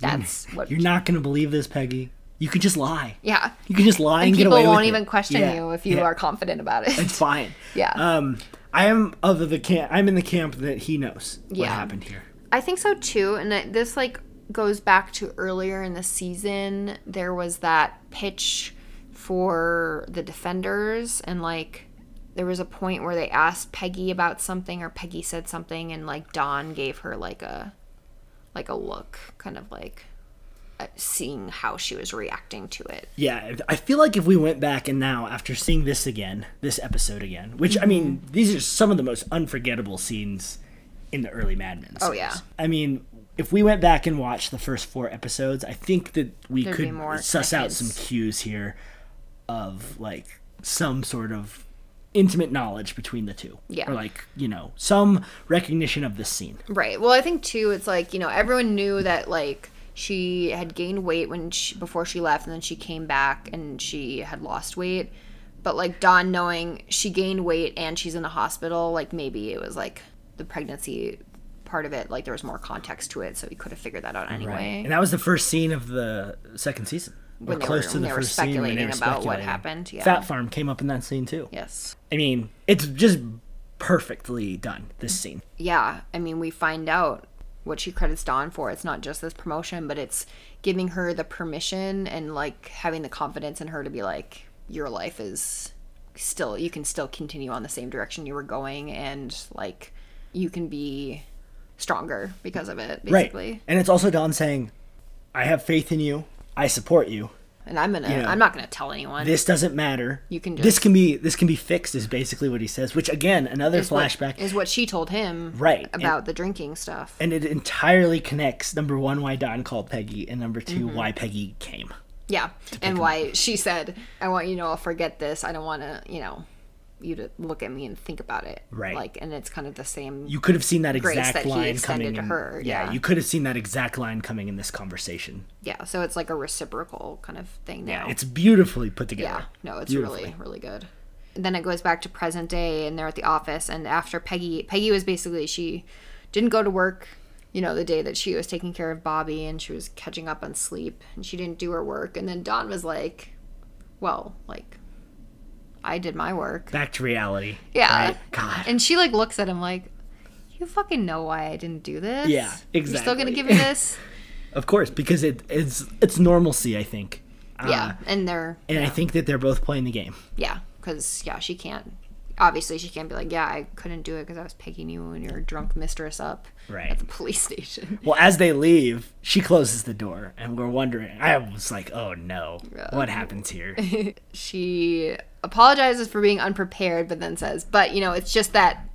that's what
You're not gonna believe this, Peggy. You could just lie.
yeah
You can just lie and, get
people
away
won't
with it.
even question
Yeah,
you if you
yeah.
are confident about it
It's fine.
yeah
Um, I am of the camp. I'm in the camp that he knows what
Yeah.
happened here.
I think so too. And it- this like goes back to earlier in the season. There was that pitch for the defenders, and like there was a point where they asked Peggy about something, or Peggy said something, and like Don gave her like a like a look, kind of like uh, seeing how she was reacting to it.
Yeah, I feel like if we went back and now after seeing this again, this episode again, which I mean,
Mm-hmm.
these are some of the most unforgettable scenes in the early Mad Men.
Oh,
series.
yeah.
I mean, if we went back and watched the first four episodes, I think that we
There'd be
could
more
suss out some
hints.
cues here of like some sort of intimate knowledge between the two.
Yeah.
Or like, you know, some recognition of this scene.
Right. Well, I think too, it's like you know everyone knew that like she had gained weight when she before she left, and then she came back and she had lost weight. But like Dawn knowing she gained weight and she's in the hospital, like maybe it was like the pregnancy part of it. Like there was more context to it, so we could have figured that out anyway.
And that was the first scene of the second season. Or
When they
close
were-
to
when
the
they were
first scene when they
speculating
were
about what
speculating.
happened, yeah.
Fat Farm came up in that scene too.
Yes.
I mean, it's just perfectly done, this scene.
yeah, I mean, we find out what she credits Dawn for. It's not just this promotion, but it's giving her the permission and like having the confidence in her to be like, your life is still, you can still continue on the same direction you were going, and like, you can be stronger because of it, basically.
Right. And it's also Don saying, I have faith in you. I support you.
And I'm gonna,
Yeah.
I'm not gonna tell anyone.
This doesn't matter.
You can
This
just-
can be this can be fixed is basically what he says, which again, another
is what-
flashback.
is what she told him,
Right, and-
about the drinking stuff.
and it entirely connects number 1 why Don called Peggy and number 2
Mm-hmm.
why Peggy came.
Yeah. And why she said, I want you to all forget this. I don't want to, you know, you to look at me and think about it.
Right.
Like, and it's kind of the same.
You could have seen that
Grace
exact
that he
line
extended
coming
to
in-
her, yeah.
you could have seen that exact line coming in this conversation.
yeah. So it's like a reciprocal kind of thing now.
It's beautifully put together.
Yeah, no, it's really, really good. Then it goes back to present day, and they're at the office. And after Peggy, Peggy was basically she didn't go to work. You know, the day that she was taking care of Bobby, and she was catching up on sleep, and she didn't do her work. And then Don was like, "Well, like, I did my work."
back to reality.
Yeah.
Right? God.
And she like looks at him like, "You fucking know why I didn't do this."
Yeah,
You're still gonna
exactly.
give me this.
Of course, because it it's it's normalcy, I think. Um,
yeah, and they're
And I think that they're both playing the game.
yeah, because yeah, she can't. Obviously, she can't be like, "Yeah, I couldn't do it because I was picking you and your drunk mistress up
Right.
at the police station."
Well, as they leave, she closes the door and we're wondering I was like, "Oh no. What happens here?"
she apologizes for being unprepared, but then says, "But you know, it's just that."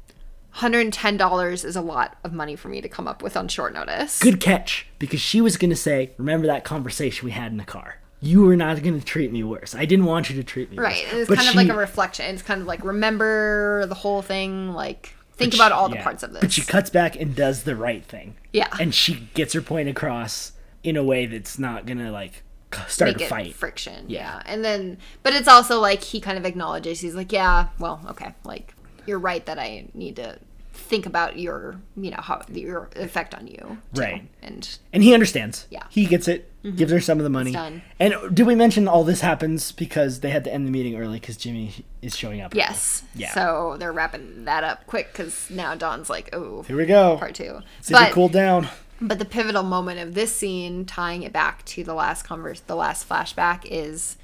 $110 is a lot of money for me to come up with on short notice.
Good catch because she was going to say, "Remember that conversation we had in the car? You were not going to treat me worse. I didn't want you to treat me
Right.
worse."
It's
But
kind of like
she-
a reflection. It's kind of like remember the whole thing, like think about all the
Yeah.
parts of this.
But she cuts back and does the right thing.
Yeah.
And she gets her point across in a way that's not going to like start
Make
a
it
fight.
friction. Yeah. And then but it's also like he kind of acknowledges he's like, Yeah, well, okay, like you're right that I need to think about your you know, how your effect on you. too."
Right.
And
And he understands.
Yeah. Mm-hmm.
He gets it, gives her some of the money.
done.
And did we mention all this happens because they had to end the meeting early because Jimmy is showing up?
yes.
Yeah.
So they're wrapping that up quick because now Dawn's like, oh,
Here we go.
part two.
See if it cooled down.
But the pivotal moment of this scene, tying it back to the last converse, the last flashback, is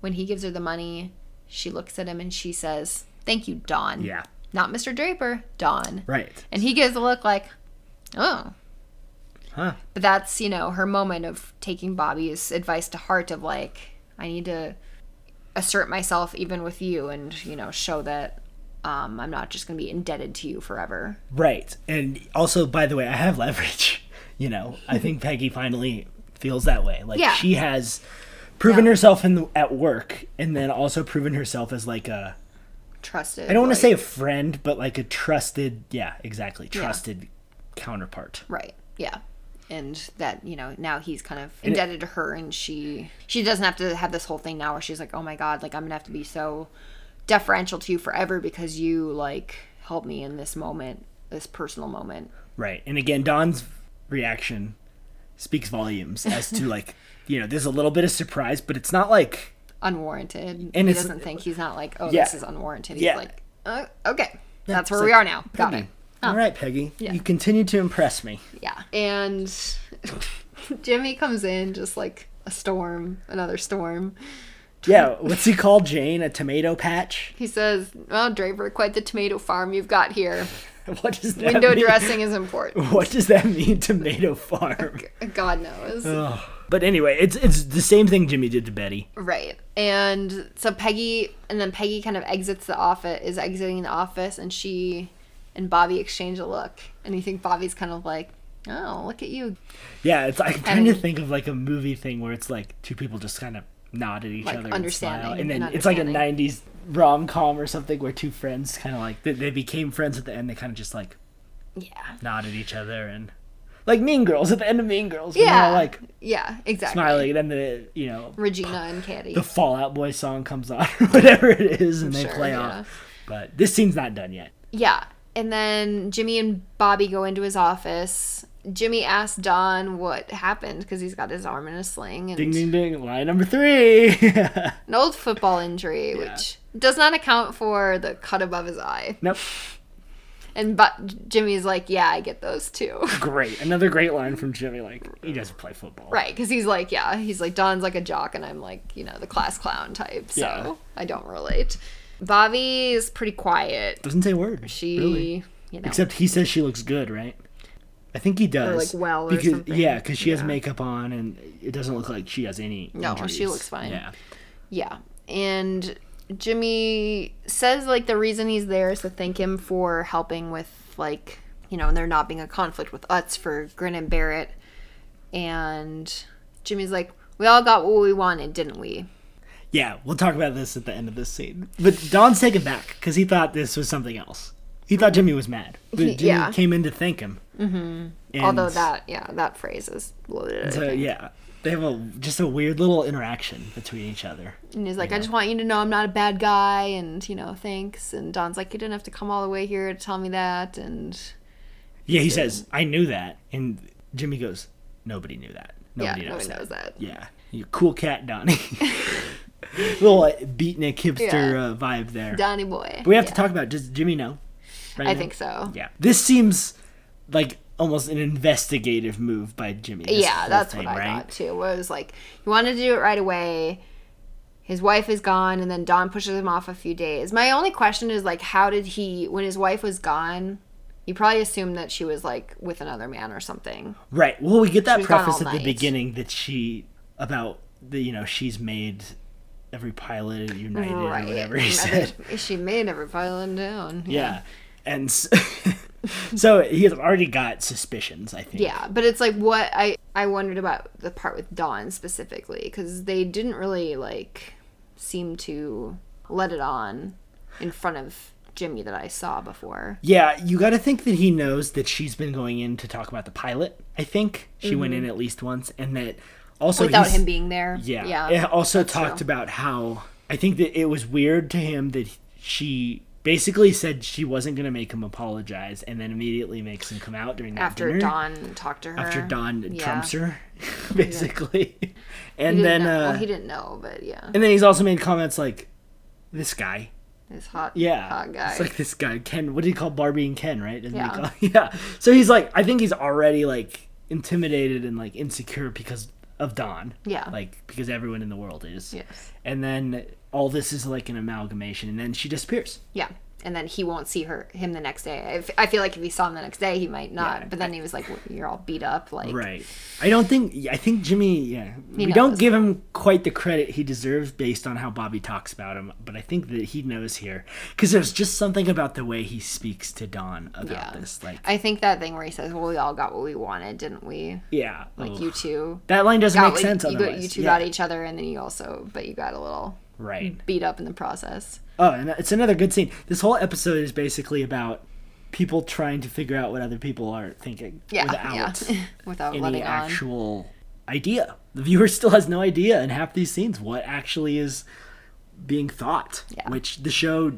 when he gives her the money. She looks at him and she says, "Thank you, Don."
Yeah.
Not Mr. Draper, Don.
Right.
And he gives a look like, "Oh."
Huh.
But that's you know her moment of taking Bobby's advice to heart of like, I need to assert myself even with you and you know show that um, I'm not just gonna be indebted to you forever.
Right. And also, by the way, I have leverage. You know, I think Peggy finally feels that way. Like
Yeah.
she has proven herself in the, at work and then also proven herself as like a
trusted.
I don't want
like-
to say a friend, but like a trusted, yeah, exactly, trusted counterpart.
Right. Yeah. And that, you know, now he's kind of indebted to her and she she doesn't have to have this whole thing now where she's like, "Oh my god, like I'm going to have to be so deferential to you forever because you like helped me in this moment, this personal moment."
Right. And again, Don's reaction speaks volumes as to like, you know, there's a little bit of surprise, but it's not like
Unwarranted.
And
he
it's-
doesn't think he's not like, "Oh,
Yeah.
this is unwarranted." He's
Yeah.
like, uh, "Okay. That's
it's
where we
like,
are now. Got it."
Peggy, All right, Peggy. You continue to impress me.
Yeah. And Jimmy comes in just like a storm, another storm.
Yeah, what's he called, Jane? A tomato patch?
He says, "Well, Draper, quite the tomato farm you've got here."
What does that
Window
mean?
dressing is important.
What does that mean, tomato farm?
God knows.
Uh. But anyway, it's it's the same thing Jimmy did to Betty.
Right. And so Peggy, and then Peggy kind of exits the office, is exiting the office, and she and Bobby exchange a look. And you think Bobby's kind of like, oh, look at you.
Yeah, it's I'm trying to
And-
think of like a movie thing where it's like two people just kind of nod at each
Like,
other and smile,
understanding
and then
and
it's like a
understanding.
'90s rom com or something where two friends kind of like they, they became friends at the end. They kind of just like
Yeah.
nod at each other and like Mean Girls at the end of Mean Girls. when they're
Yeah.
all, like
Yeah, exactly.
smiling, and then the you know
Regina and Caddy.
the Fallout Boy song comes on or whatever it is, and they
Sure,
play
yeah.
off. But this scene's not done yet.
Yeah. And then Jimmy and Bobby go into his office. Jimmy asks Don what happened because he's got his arm in a sling. And
Ding ding ding! Line number three.
an old football injury, which does not account for the cut above his eye.
nope.
And but Jimmy's like, yeah, I get those too.
Great. Another great line from Jimmy. Like he doesn't play football.
right, because he's like, yeah, he's like Don's like a jock, and I'm like, you know, the class clown type. So
Yeah.
I don't relate. Bobby is pretty quiet.
Doesn't say a word.
She,
really.
you know,
Except he says she looks good, right? I think he does.
like, well or
because,
something.
Yeah, because she has makeup on and it doesn't look like she has any.
No, she
injuries.
looks fine.
Yeah.
yeah, and Jimmy says like the reason he's there is to thank him for helping with like you know, and there not being a conflict with Utz for Grin and Barrett. And Jimmy's like, we all got what we wanted, didn't we?
Yeah, we'll talk about this at the end of this scene. But Don's taken back because he thought this was something else. He thought Jimmy was mad. But Jimmy
yeah.
came in to thank him. Mm-hmm.
Although that, yeah, that phrase is loaded.
So, yeah. They have a just a weird little interaction between each other.
And he's like, I just want you to know I'm not a bad guy, and you know, thanks. And Don's like, you didn't have to come all the way here to tell me that. And
Yeah, he says, I knew that. And Jimmy goes, Nobody knew that. Nobody
yeah, nobody
knows that.
knows that.
Yeah, you cool cat Donnie. Little like, beatnik hipster
Yeah.
uh, vibe there.
Donny boy.
we have to
Yeah.
talk about does Jimmy know? Right
I
now?
think so.
Yeah, this seems like almost an investigative move by Jimmy. this
Yeah,
whole
that's
thing,
what I
right?
thought too. Where it was like, he wanted to do it right away. His wife is gone, and then Don pushes him off a few days. My only question is like, how did he, when his wife was gone, you probably assumed that she was like with another man or something.
Right. Well, we get that
was gone
preface
all
at the
night.
beginning that she about the you know she's made every pilot united or whatever he said.
She made every violin down.
Yeah, and s so he had already got suspicions. I think.
Yeah, but it's like what I I wondered about the part with Dawn specifically because they didn't really like seem to let it on in front of Jimmy that I saw before.
Yeah, you got to think that he knows that she's been going in to talk about the pilot. I think she went in at least once, and that also
Mm-hmm. Without
he's-
him being there.
Yeah,
Yeah.
It also talked about how I think that it was weird to him that she basically said she wasn't going to make him apologize, and then immediately makes him come out during that
After
dinner,
Dawn talked to her.
after Don
Yeah.
trumps her, basically, and
He
then
didn't know- well,
uh,
he didn't know, but yeah.
and then he's also made comments like this guy.
This hot
Yeah.
hot guy.
It's like this guy, Ken. What do you call Barbie and Ken, right? Doesn't he
Yeah.
call- yeah. So he's like, I think he's already like intimidated and like insecure because of Don.
Yeah.
Like, because everyone in the world is.
Yes.
And then all this is like an amalgamation, and then she disappears.
yeah. And then he won't see her him the next day. I f- I feel like if he saw him the next day, he might not. but then he was like, "You're all beat up." Like,
Right. I don't think, yeah, I think Jimmy, yeah. we
knows.
don't give him quite the credit he deserves based on how Bobby talks about him, but I think that he knows here. Because there's just something about the way he speaks to Don about
Yeah.
this. Like,
I think that thing where he says, "Well, we all got what we wanted, didn't we?"
yeah.
Like
ugh.
you two
That line doesn't
got
make
what-
sense
you, got-
otherwise.
you two
Yeah.
got each other, and then you also, but you got a little
Right.
beat up in the process.
Oh, and it's another good scene. This whole episode is basically about people trying to figure out what other people are thinking
Yeah,
without
yeah. without
any
letting on.
actual idea. The viewer still has no idea in half these scenes what actually is being thought,
Yeah.
which the show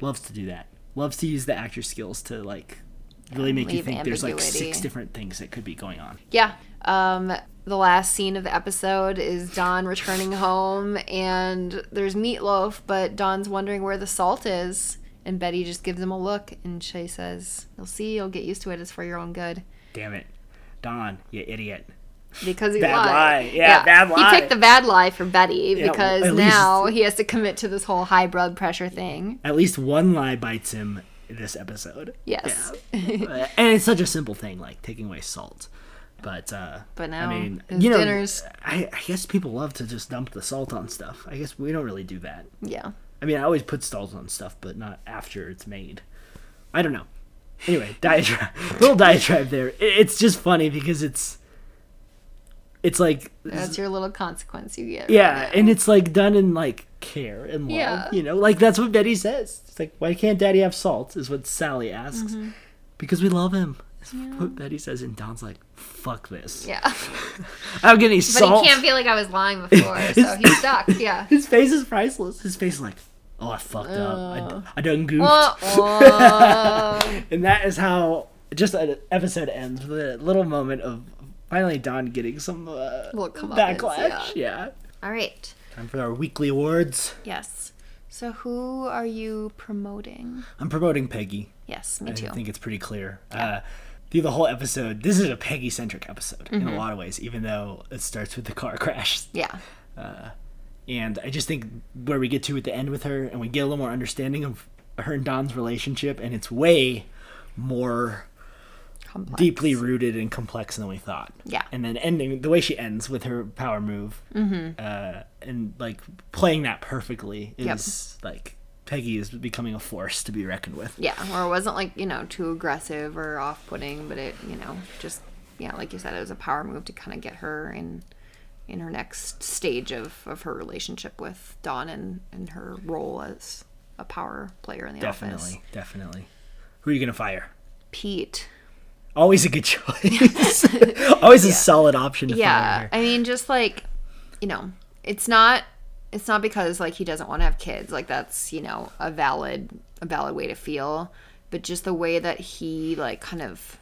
loves to do that. Loves to use the actor skills to like really make you
leave
think there's like six
ambiguity.
different things that could be going on.
Yeah. Um, the last scene of the episode is Don returning home, and there's meatloaf, but Don's wondering where the salt is, and Betty just gives him a look, and she says, "You'll see. You'll get used to it. It's for your own good."
Damn it. Don, you idiot.
Because he
Bad
lied.
lie. Yeah, bad lie.
He picked the bad lie for Betty
Yeah,
because
at least-
now he has to commit to this whole high blood pressure thing.
At least one lie bites him in this episode.
Yes.
Uh, and it's such a simple thing like taking away salt. But uh
But
I
now
mean,
his
you know,
dinners.
I, I guess people love to just dump the salt on stuff. I guess we don't really do that.
Yeah.
I mean, I always put stalls on stuff, but not after it's made. I don't know. Anyway, diatribe, little diatribe there. I- It's just funny because it's, it's like,
That's your little consequence you get.
yeah, and it's like done in like care and love.
Yeah.
You know, like that's what Betty says. It's like, why can't Daddy have salt? Is what Sally asks.
Mm-hmm.
Because we love him. Is What Betty says, and Don's like, "Fuck this!
Yeah.
I don't get any
But
salt."
he can't feel like I was lying before, so he's stuck. Yeah.
His face is priceless. His face is like, "Oh, I fucked up. I, I done goofed." And that is how just an episode ends with a little moment of finally Don getting some uh,
Little comeuppance,
backlash. Yeah.
All right.
Time for our weekly awards.
Yes. So who are you promoting?
I'm promoting Peggy.
Yes, me
I
too.
think it's pretty clear. Uh, through the whole episode, this is a Peggy centric episode in
Mm-hmm.
a lot of ways, even though it starts with the car crash.
yeah.
And I just think where we get to at the end with her and we get a little more understanding of her and Don's relationship, and it's way more
Complex.
deeply rooted and complex than we thought.
Yeah.
And then ending the way she ends with her power move,
Mm-hmm.
uh, and like playing that perfectly is like Peggy is becoming a force to be reckoned with.
Yeah, where it wasn't like, you know, too aggressive or off putting, but it, you know, just yeah, like you said, it was a power move to kind of get her in in her next stage of, of her relationship with Dawn and, and her role as a power player in the
Definitely,
office.
definitely. Who are you gonna fire?
Pete.
Always a good choice. Always a solid option to
yeah
fire.
i mean just like you know it's not it's not because like he doesn't want to have kids like that's you know a valid a valid way to feel but just the way that he like kind of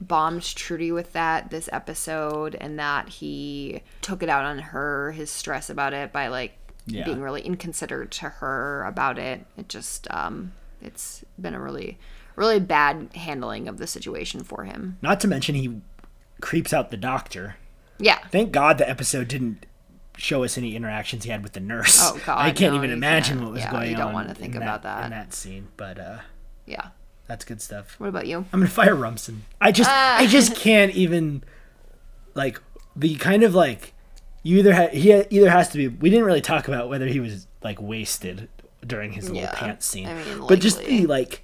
bombed trudy with that this episode and that he took it out on her his stress about it by like
Yeah.
being really inconsiderate to her about it it just um it's been a really really bad handling of the situation for him
Not to mention he creeps out the doctor.
yeah
Thank God the episode didn't show us any interactions he had with the nurse.
Oh, God,
I can't
no,
even
you
imagine
can't.
what was
Yeah,
going on.
you don't wanna think
in
about that.
in that scene. But uh,
yeah
that's good stuff.
what about you
I'm gonna fire Rumsen. I just I just
Ah.
can't even like the kind of like you either ha- he either has to be. We didn't really talk about whether he was like wasted during his little
Yeah,
pants scene,
I mean,
but just
likely.
the like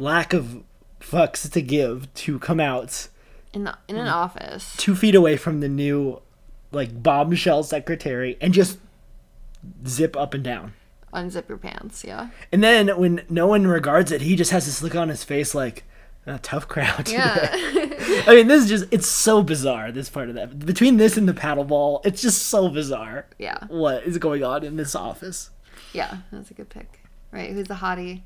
lack of fucks to give to come out
in the in an
Mm-hmm.
office.
two feet away from the new like bombshell secretary and just zip up and down.
Unzip your pants, yeah.
And then when no one regards it, he just has this look on his face like, "Ah, tough crowd. today." I mean, this is just, it's so bizarre, this part of that. Between this and the paddleball, it's just so bizarre.
Yeah.
What is going on in this office?
Yeah, that's a good pick. Right, who's the hottie?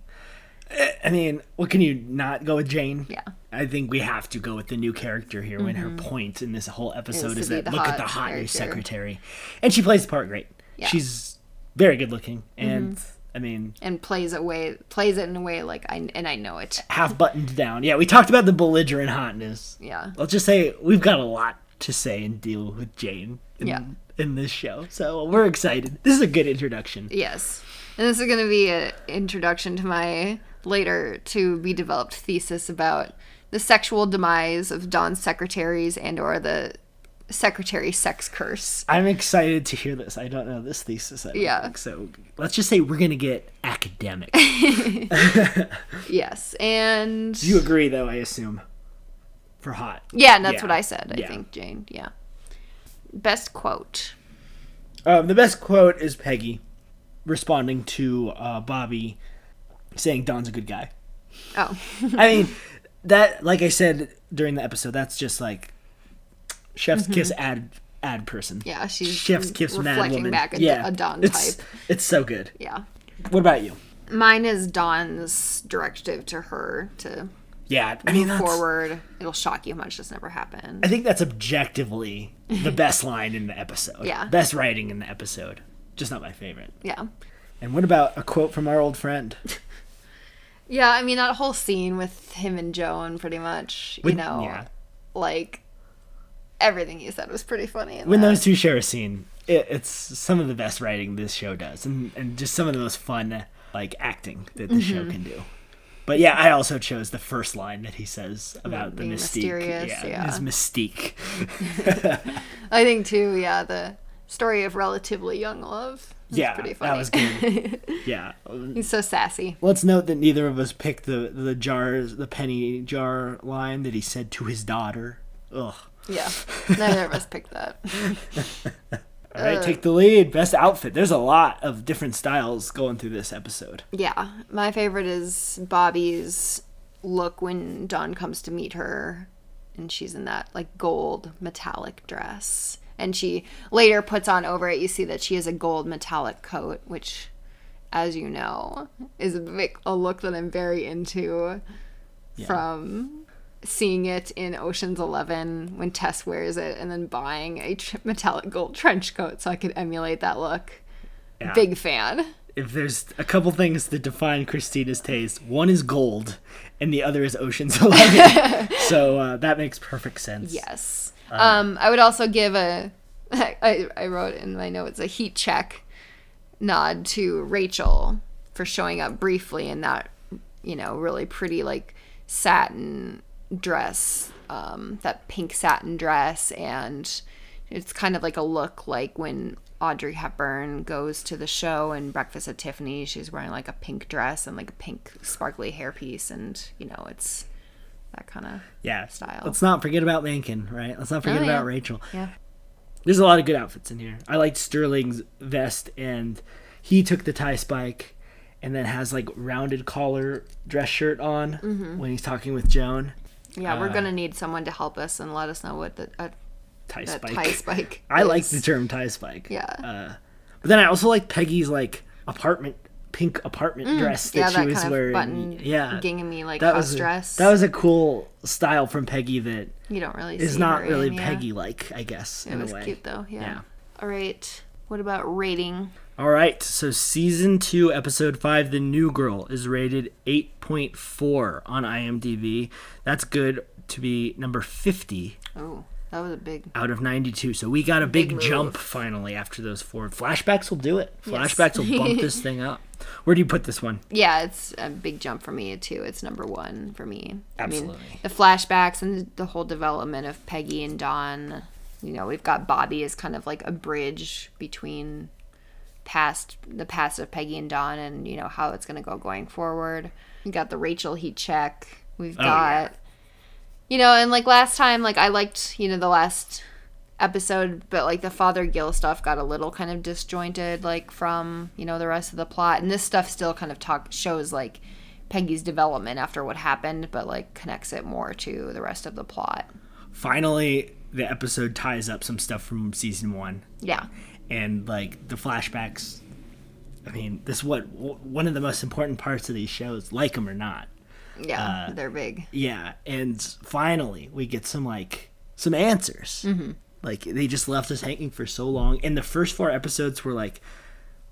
I mean, what can you not go with Jane?
Yeah. Mm-hmm.
I think we have to go with the new character here when her point in this whole episode
to
is
be
that
the
look at
hot
the hot new
character.
secretary. And she plays the part great. She's very good looking. And,
Mm-hmm.
I mean,
And plays it way plays it in a way like I and I know it.
half buttoned down. Yeah, we talked about the belligerent hotness.
Yeah.
I'll just say we've got a lot to say and deal with Jane in,
Yeah.
in this show. So we're excited. This is a good introduction.
Yes. And this is going to be an introduction to my later to be developed thesis about the sexual demise of Don's secretaries and or the secretary sex curse.
I'm excited to hear this. I don't know this thesis. I don't
Yeah.
think. So let's just say we're going to get academic.
Yes. And
you agree, though, I assume, for hot.
yeah, and that's
Yeah.
what I said. I
Yeah.
think Jane, yeah. Best quote.
Um, the best quote is Peggy. responding to uh, Bobby saying Don's a good guy.
Oh,
I mean, that like I said during the episode, that's just like Chef's Kiss ad ad person.
Mm-hmm. yeah, she's
Chef's Kiss mad
reflecting
woman.
back at the-
yeah,
a Don
it's,
type.
It's so good.
Yeah.
What about you?
Mine is Don's directive to her to
Yeah, I mean, that's,
forward. It'll shock you how much this never happened.
I think that's objectively the best line in the episode.
Yeah.
best writing in the episode. Just not my favorite.
Yeah.
And what about a quote from our old friend?
Yeah, I mean that whole scene with him and Joan pretty much, you
When-
know,
yeah.
like everything he said was pretty funny. in
When
that.
those two share a scene, it, it's some of the best writing this show does, and, and just some of the most fun like acting that the show
Mm-hmm.
can do. But yeah, I also chose the first line that he says about the
being
mystique.
mysterious, yeah.
his mystique.
I think too, yeah, the story of relatively young love. is
yeah,
pretty
that
funny.
was good. yeah,
He's so sassy.
Let's note that neither of us picked the the jars, the penny jar line that he said to his daughter. Ugh.
Yeah, neither of us picked that.
All right, take the lead. Best outfit. There's a lot of different styles going through this episode.
Yeah, my favorite is Bobby's look when Dawn comes to meet her, and she's in that like gold metallic dress. And she later puts on over it, you see that she has a gold metallic coat, which, as you know, is a, big, a look that I'm very into from seeing it in Ocean's Eleven when Tess wears it and then buying a tr- metallic gold trench coat so I could emulate that look.
Yeah.
Big fan.
If there's a couple things that define Christina's taste, one is gold, and the other is Ocean's Eleven. so uh, that makes perfect sense.
Yes. Um, I would also give a. I, I wrote in my notes a heat check nod to Rachel for showing up briefly in that, you know, really pretty like satin dress, um, that pink satin dress, and it's kind of like a look like when Audrey Hepburn goes to the show and Breakfast at Tiffany. She's wearing like a pink dress and like a pink sparkly hairpiece, and you know, it's that kind of
Yeah.
Style.
Let's not forget about Lincoln, right? Let's not forget
Oh, yeah.
about Rachel.
Yeah.
There's a lot of good outfits in here. I liked Sterling's vest, and he took the tie spike, and then has like rounded collar dress shirt on
Mm-hmm.
when he's talking with Joan.
Yeah,
Uh,
we're gonna need someone to help us and let us know what the a,
Tie
a
spike.
tie spike.
I like
is.
the Uh, term tie spike.
Yeah,
But then I also like Peggy's like apartment pink apartment dress that
Mm, yeah,
she
that
was
kind
wearing.
of button,
yeah.
ginghamy like
that
house
was a,
dress.
That was a cool style from Peggy that
you don't really.
is
see
not
her
really
in, yeah.
Peggy like, I guess,
It
in
was
a way.
cute though. Yeah.
Yeah.
All right. What about rating?
All right, so season 2 episode 5 The New Girl is rated 8.4 on IMDb. That's good to be number 50
Oh, that was a big.
out of 92. So we got a big,
move.
jump finally after those four. Flashbacks will do it. Flashbacks will bump this thing up. Where do you put this one?
Yeah, it's a big jump for me too. It's number one for me. I mean,
Absolutely.
the flashbacks and the whole development of Peggy and Don. You know, we've got Bobby as kind of like a bridge between past the past of Peggy and Don, and you know how it's gonna go going forward. We got the Rachel heat check. We've got,
yeah.
you know, and like last time, like I liked you know the last episode, but like the Father Gill stuff got a little kind of disjointed, like from you know the rest of the plot, and this stuff still kind of talk shows like Peggy's development after what happened, but like connects it more to the rest of the plot.
finally the episode ties up some stuff from season one
Yeah,
and like the flashbacks i mean this is what w- one of the most important parts of these shows like them or not
yeah, they're big.
yeah and finally we get some like some answers
Mm-hmm.
like they just left us hanging for so long and the first four episodes were like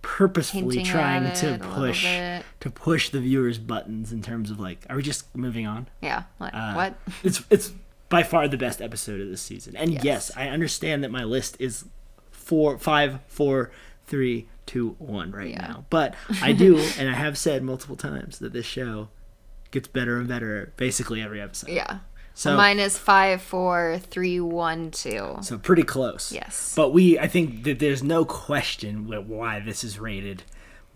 purposefully
Hinting
trying
at
to
it a little
push
bit.
to push the viewers buttons in terms of like are we just moving on
Yeah, like what?
it's it's by far the best episode of this season. And yes, I understand that my list is four, five, four, three, two, one right now. But I do, and I have said multiple times that this show gets better and better basically every episode.
Yeah.
So
Mine is five, four, three, one, two.
so pretty close.
Yes.
But we, I think that there's no question wh- why this is rated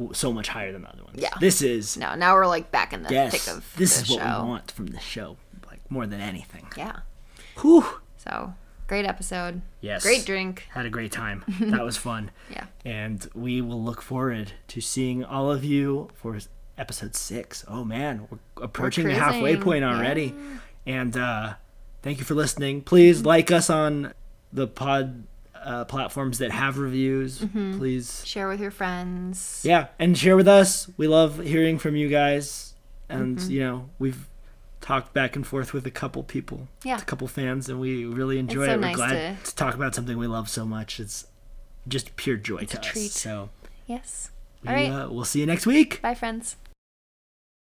w- so much higher than the other ones.
Yeah.
This is
No, now we're like back in the
yes.
thick of
This
the
is what
show.
we want from the show, like more than anything.
Yeah.
Whew.
So Great episode.
Yes.
Great drink.
Had a great time. that was fun.
Yeah.
And we will look forward to seeing all of you for episode six. Oh man, we're approaching the halfway
cruising.
point already. And uh, thank you for listening. Please like us on the pod uh, platforms that have reviews.
Mm-hmm.
Please,
Share with your friends.
yeah, and share with us. We love hearing from you guys. And
Mm-hmm.
you know, we've talked back and forth with a couple people,
Yeah.
a couple fans, and we really enjoy
so
it. We're
nice
glad
to-
to... talk about something we love so much. It's just pure joy to
a treat.
us. So
Yes.
we,
All right.
uh, we'll see you next week.
Bye, friends.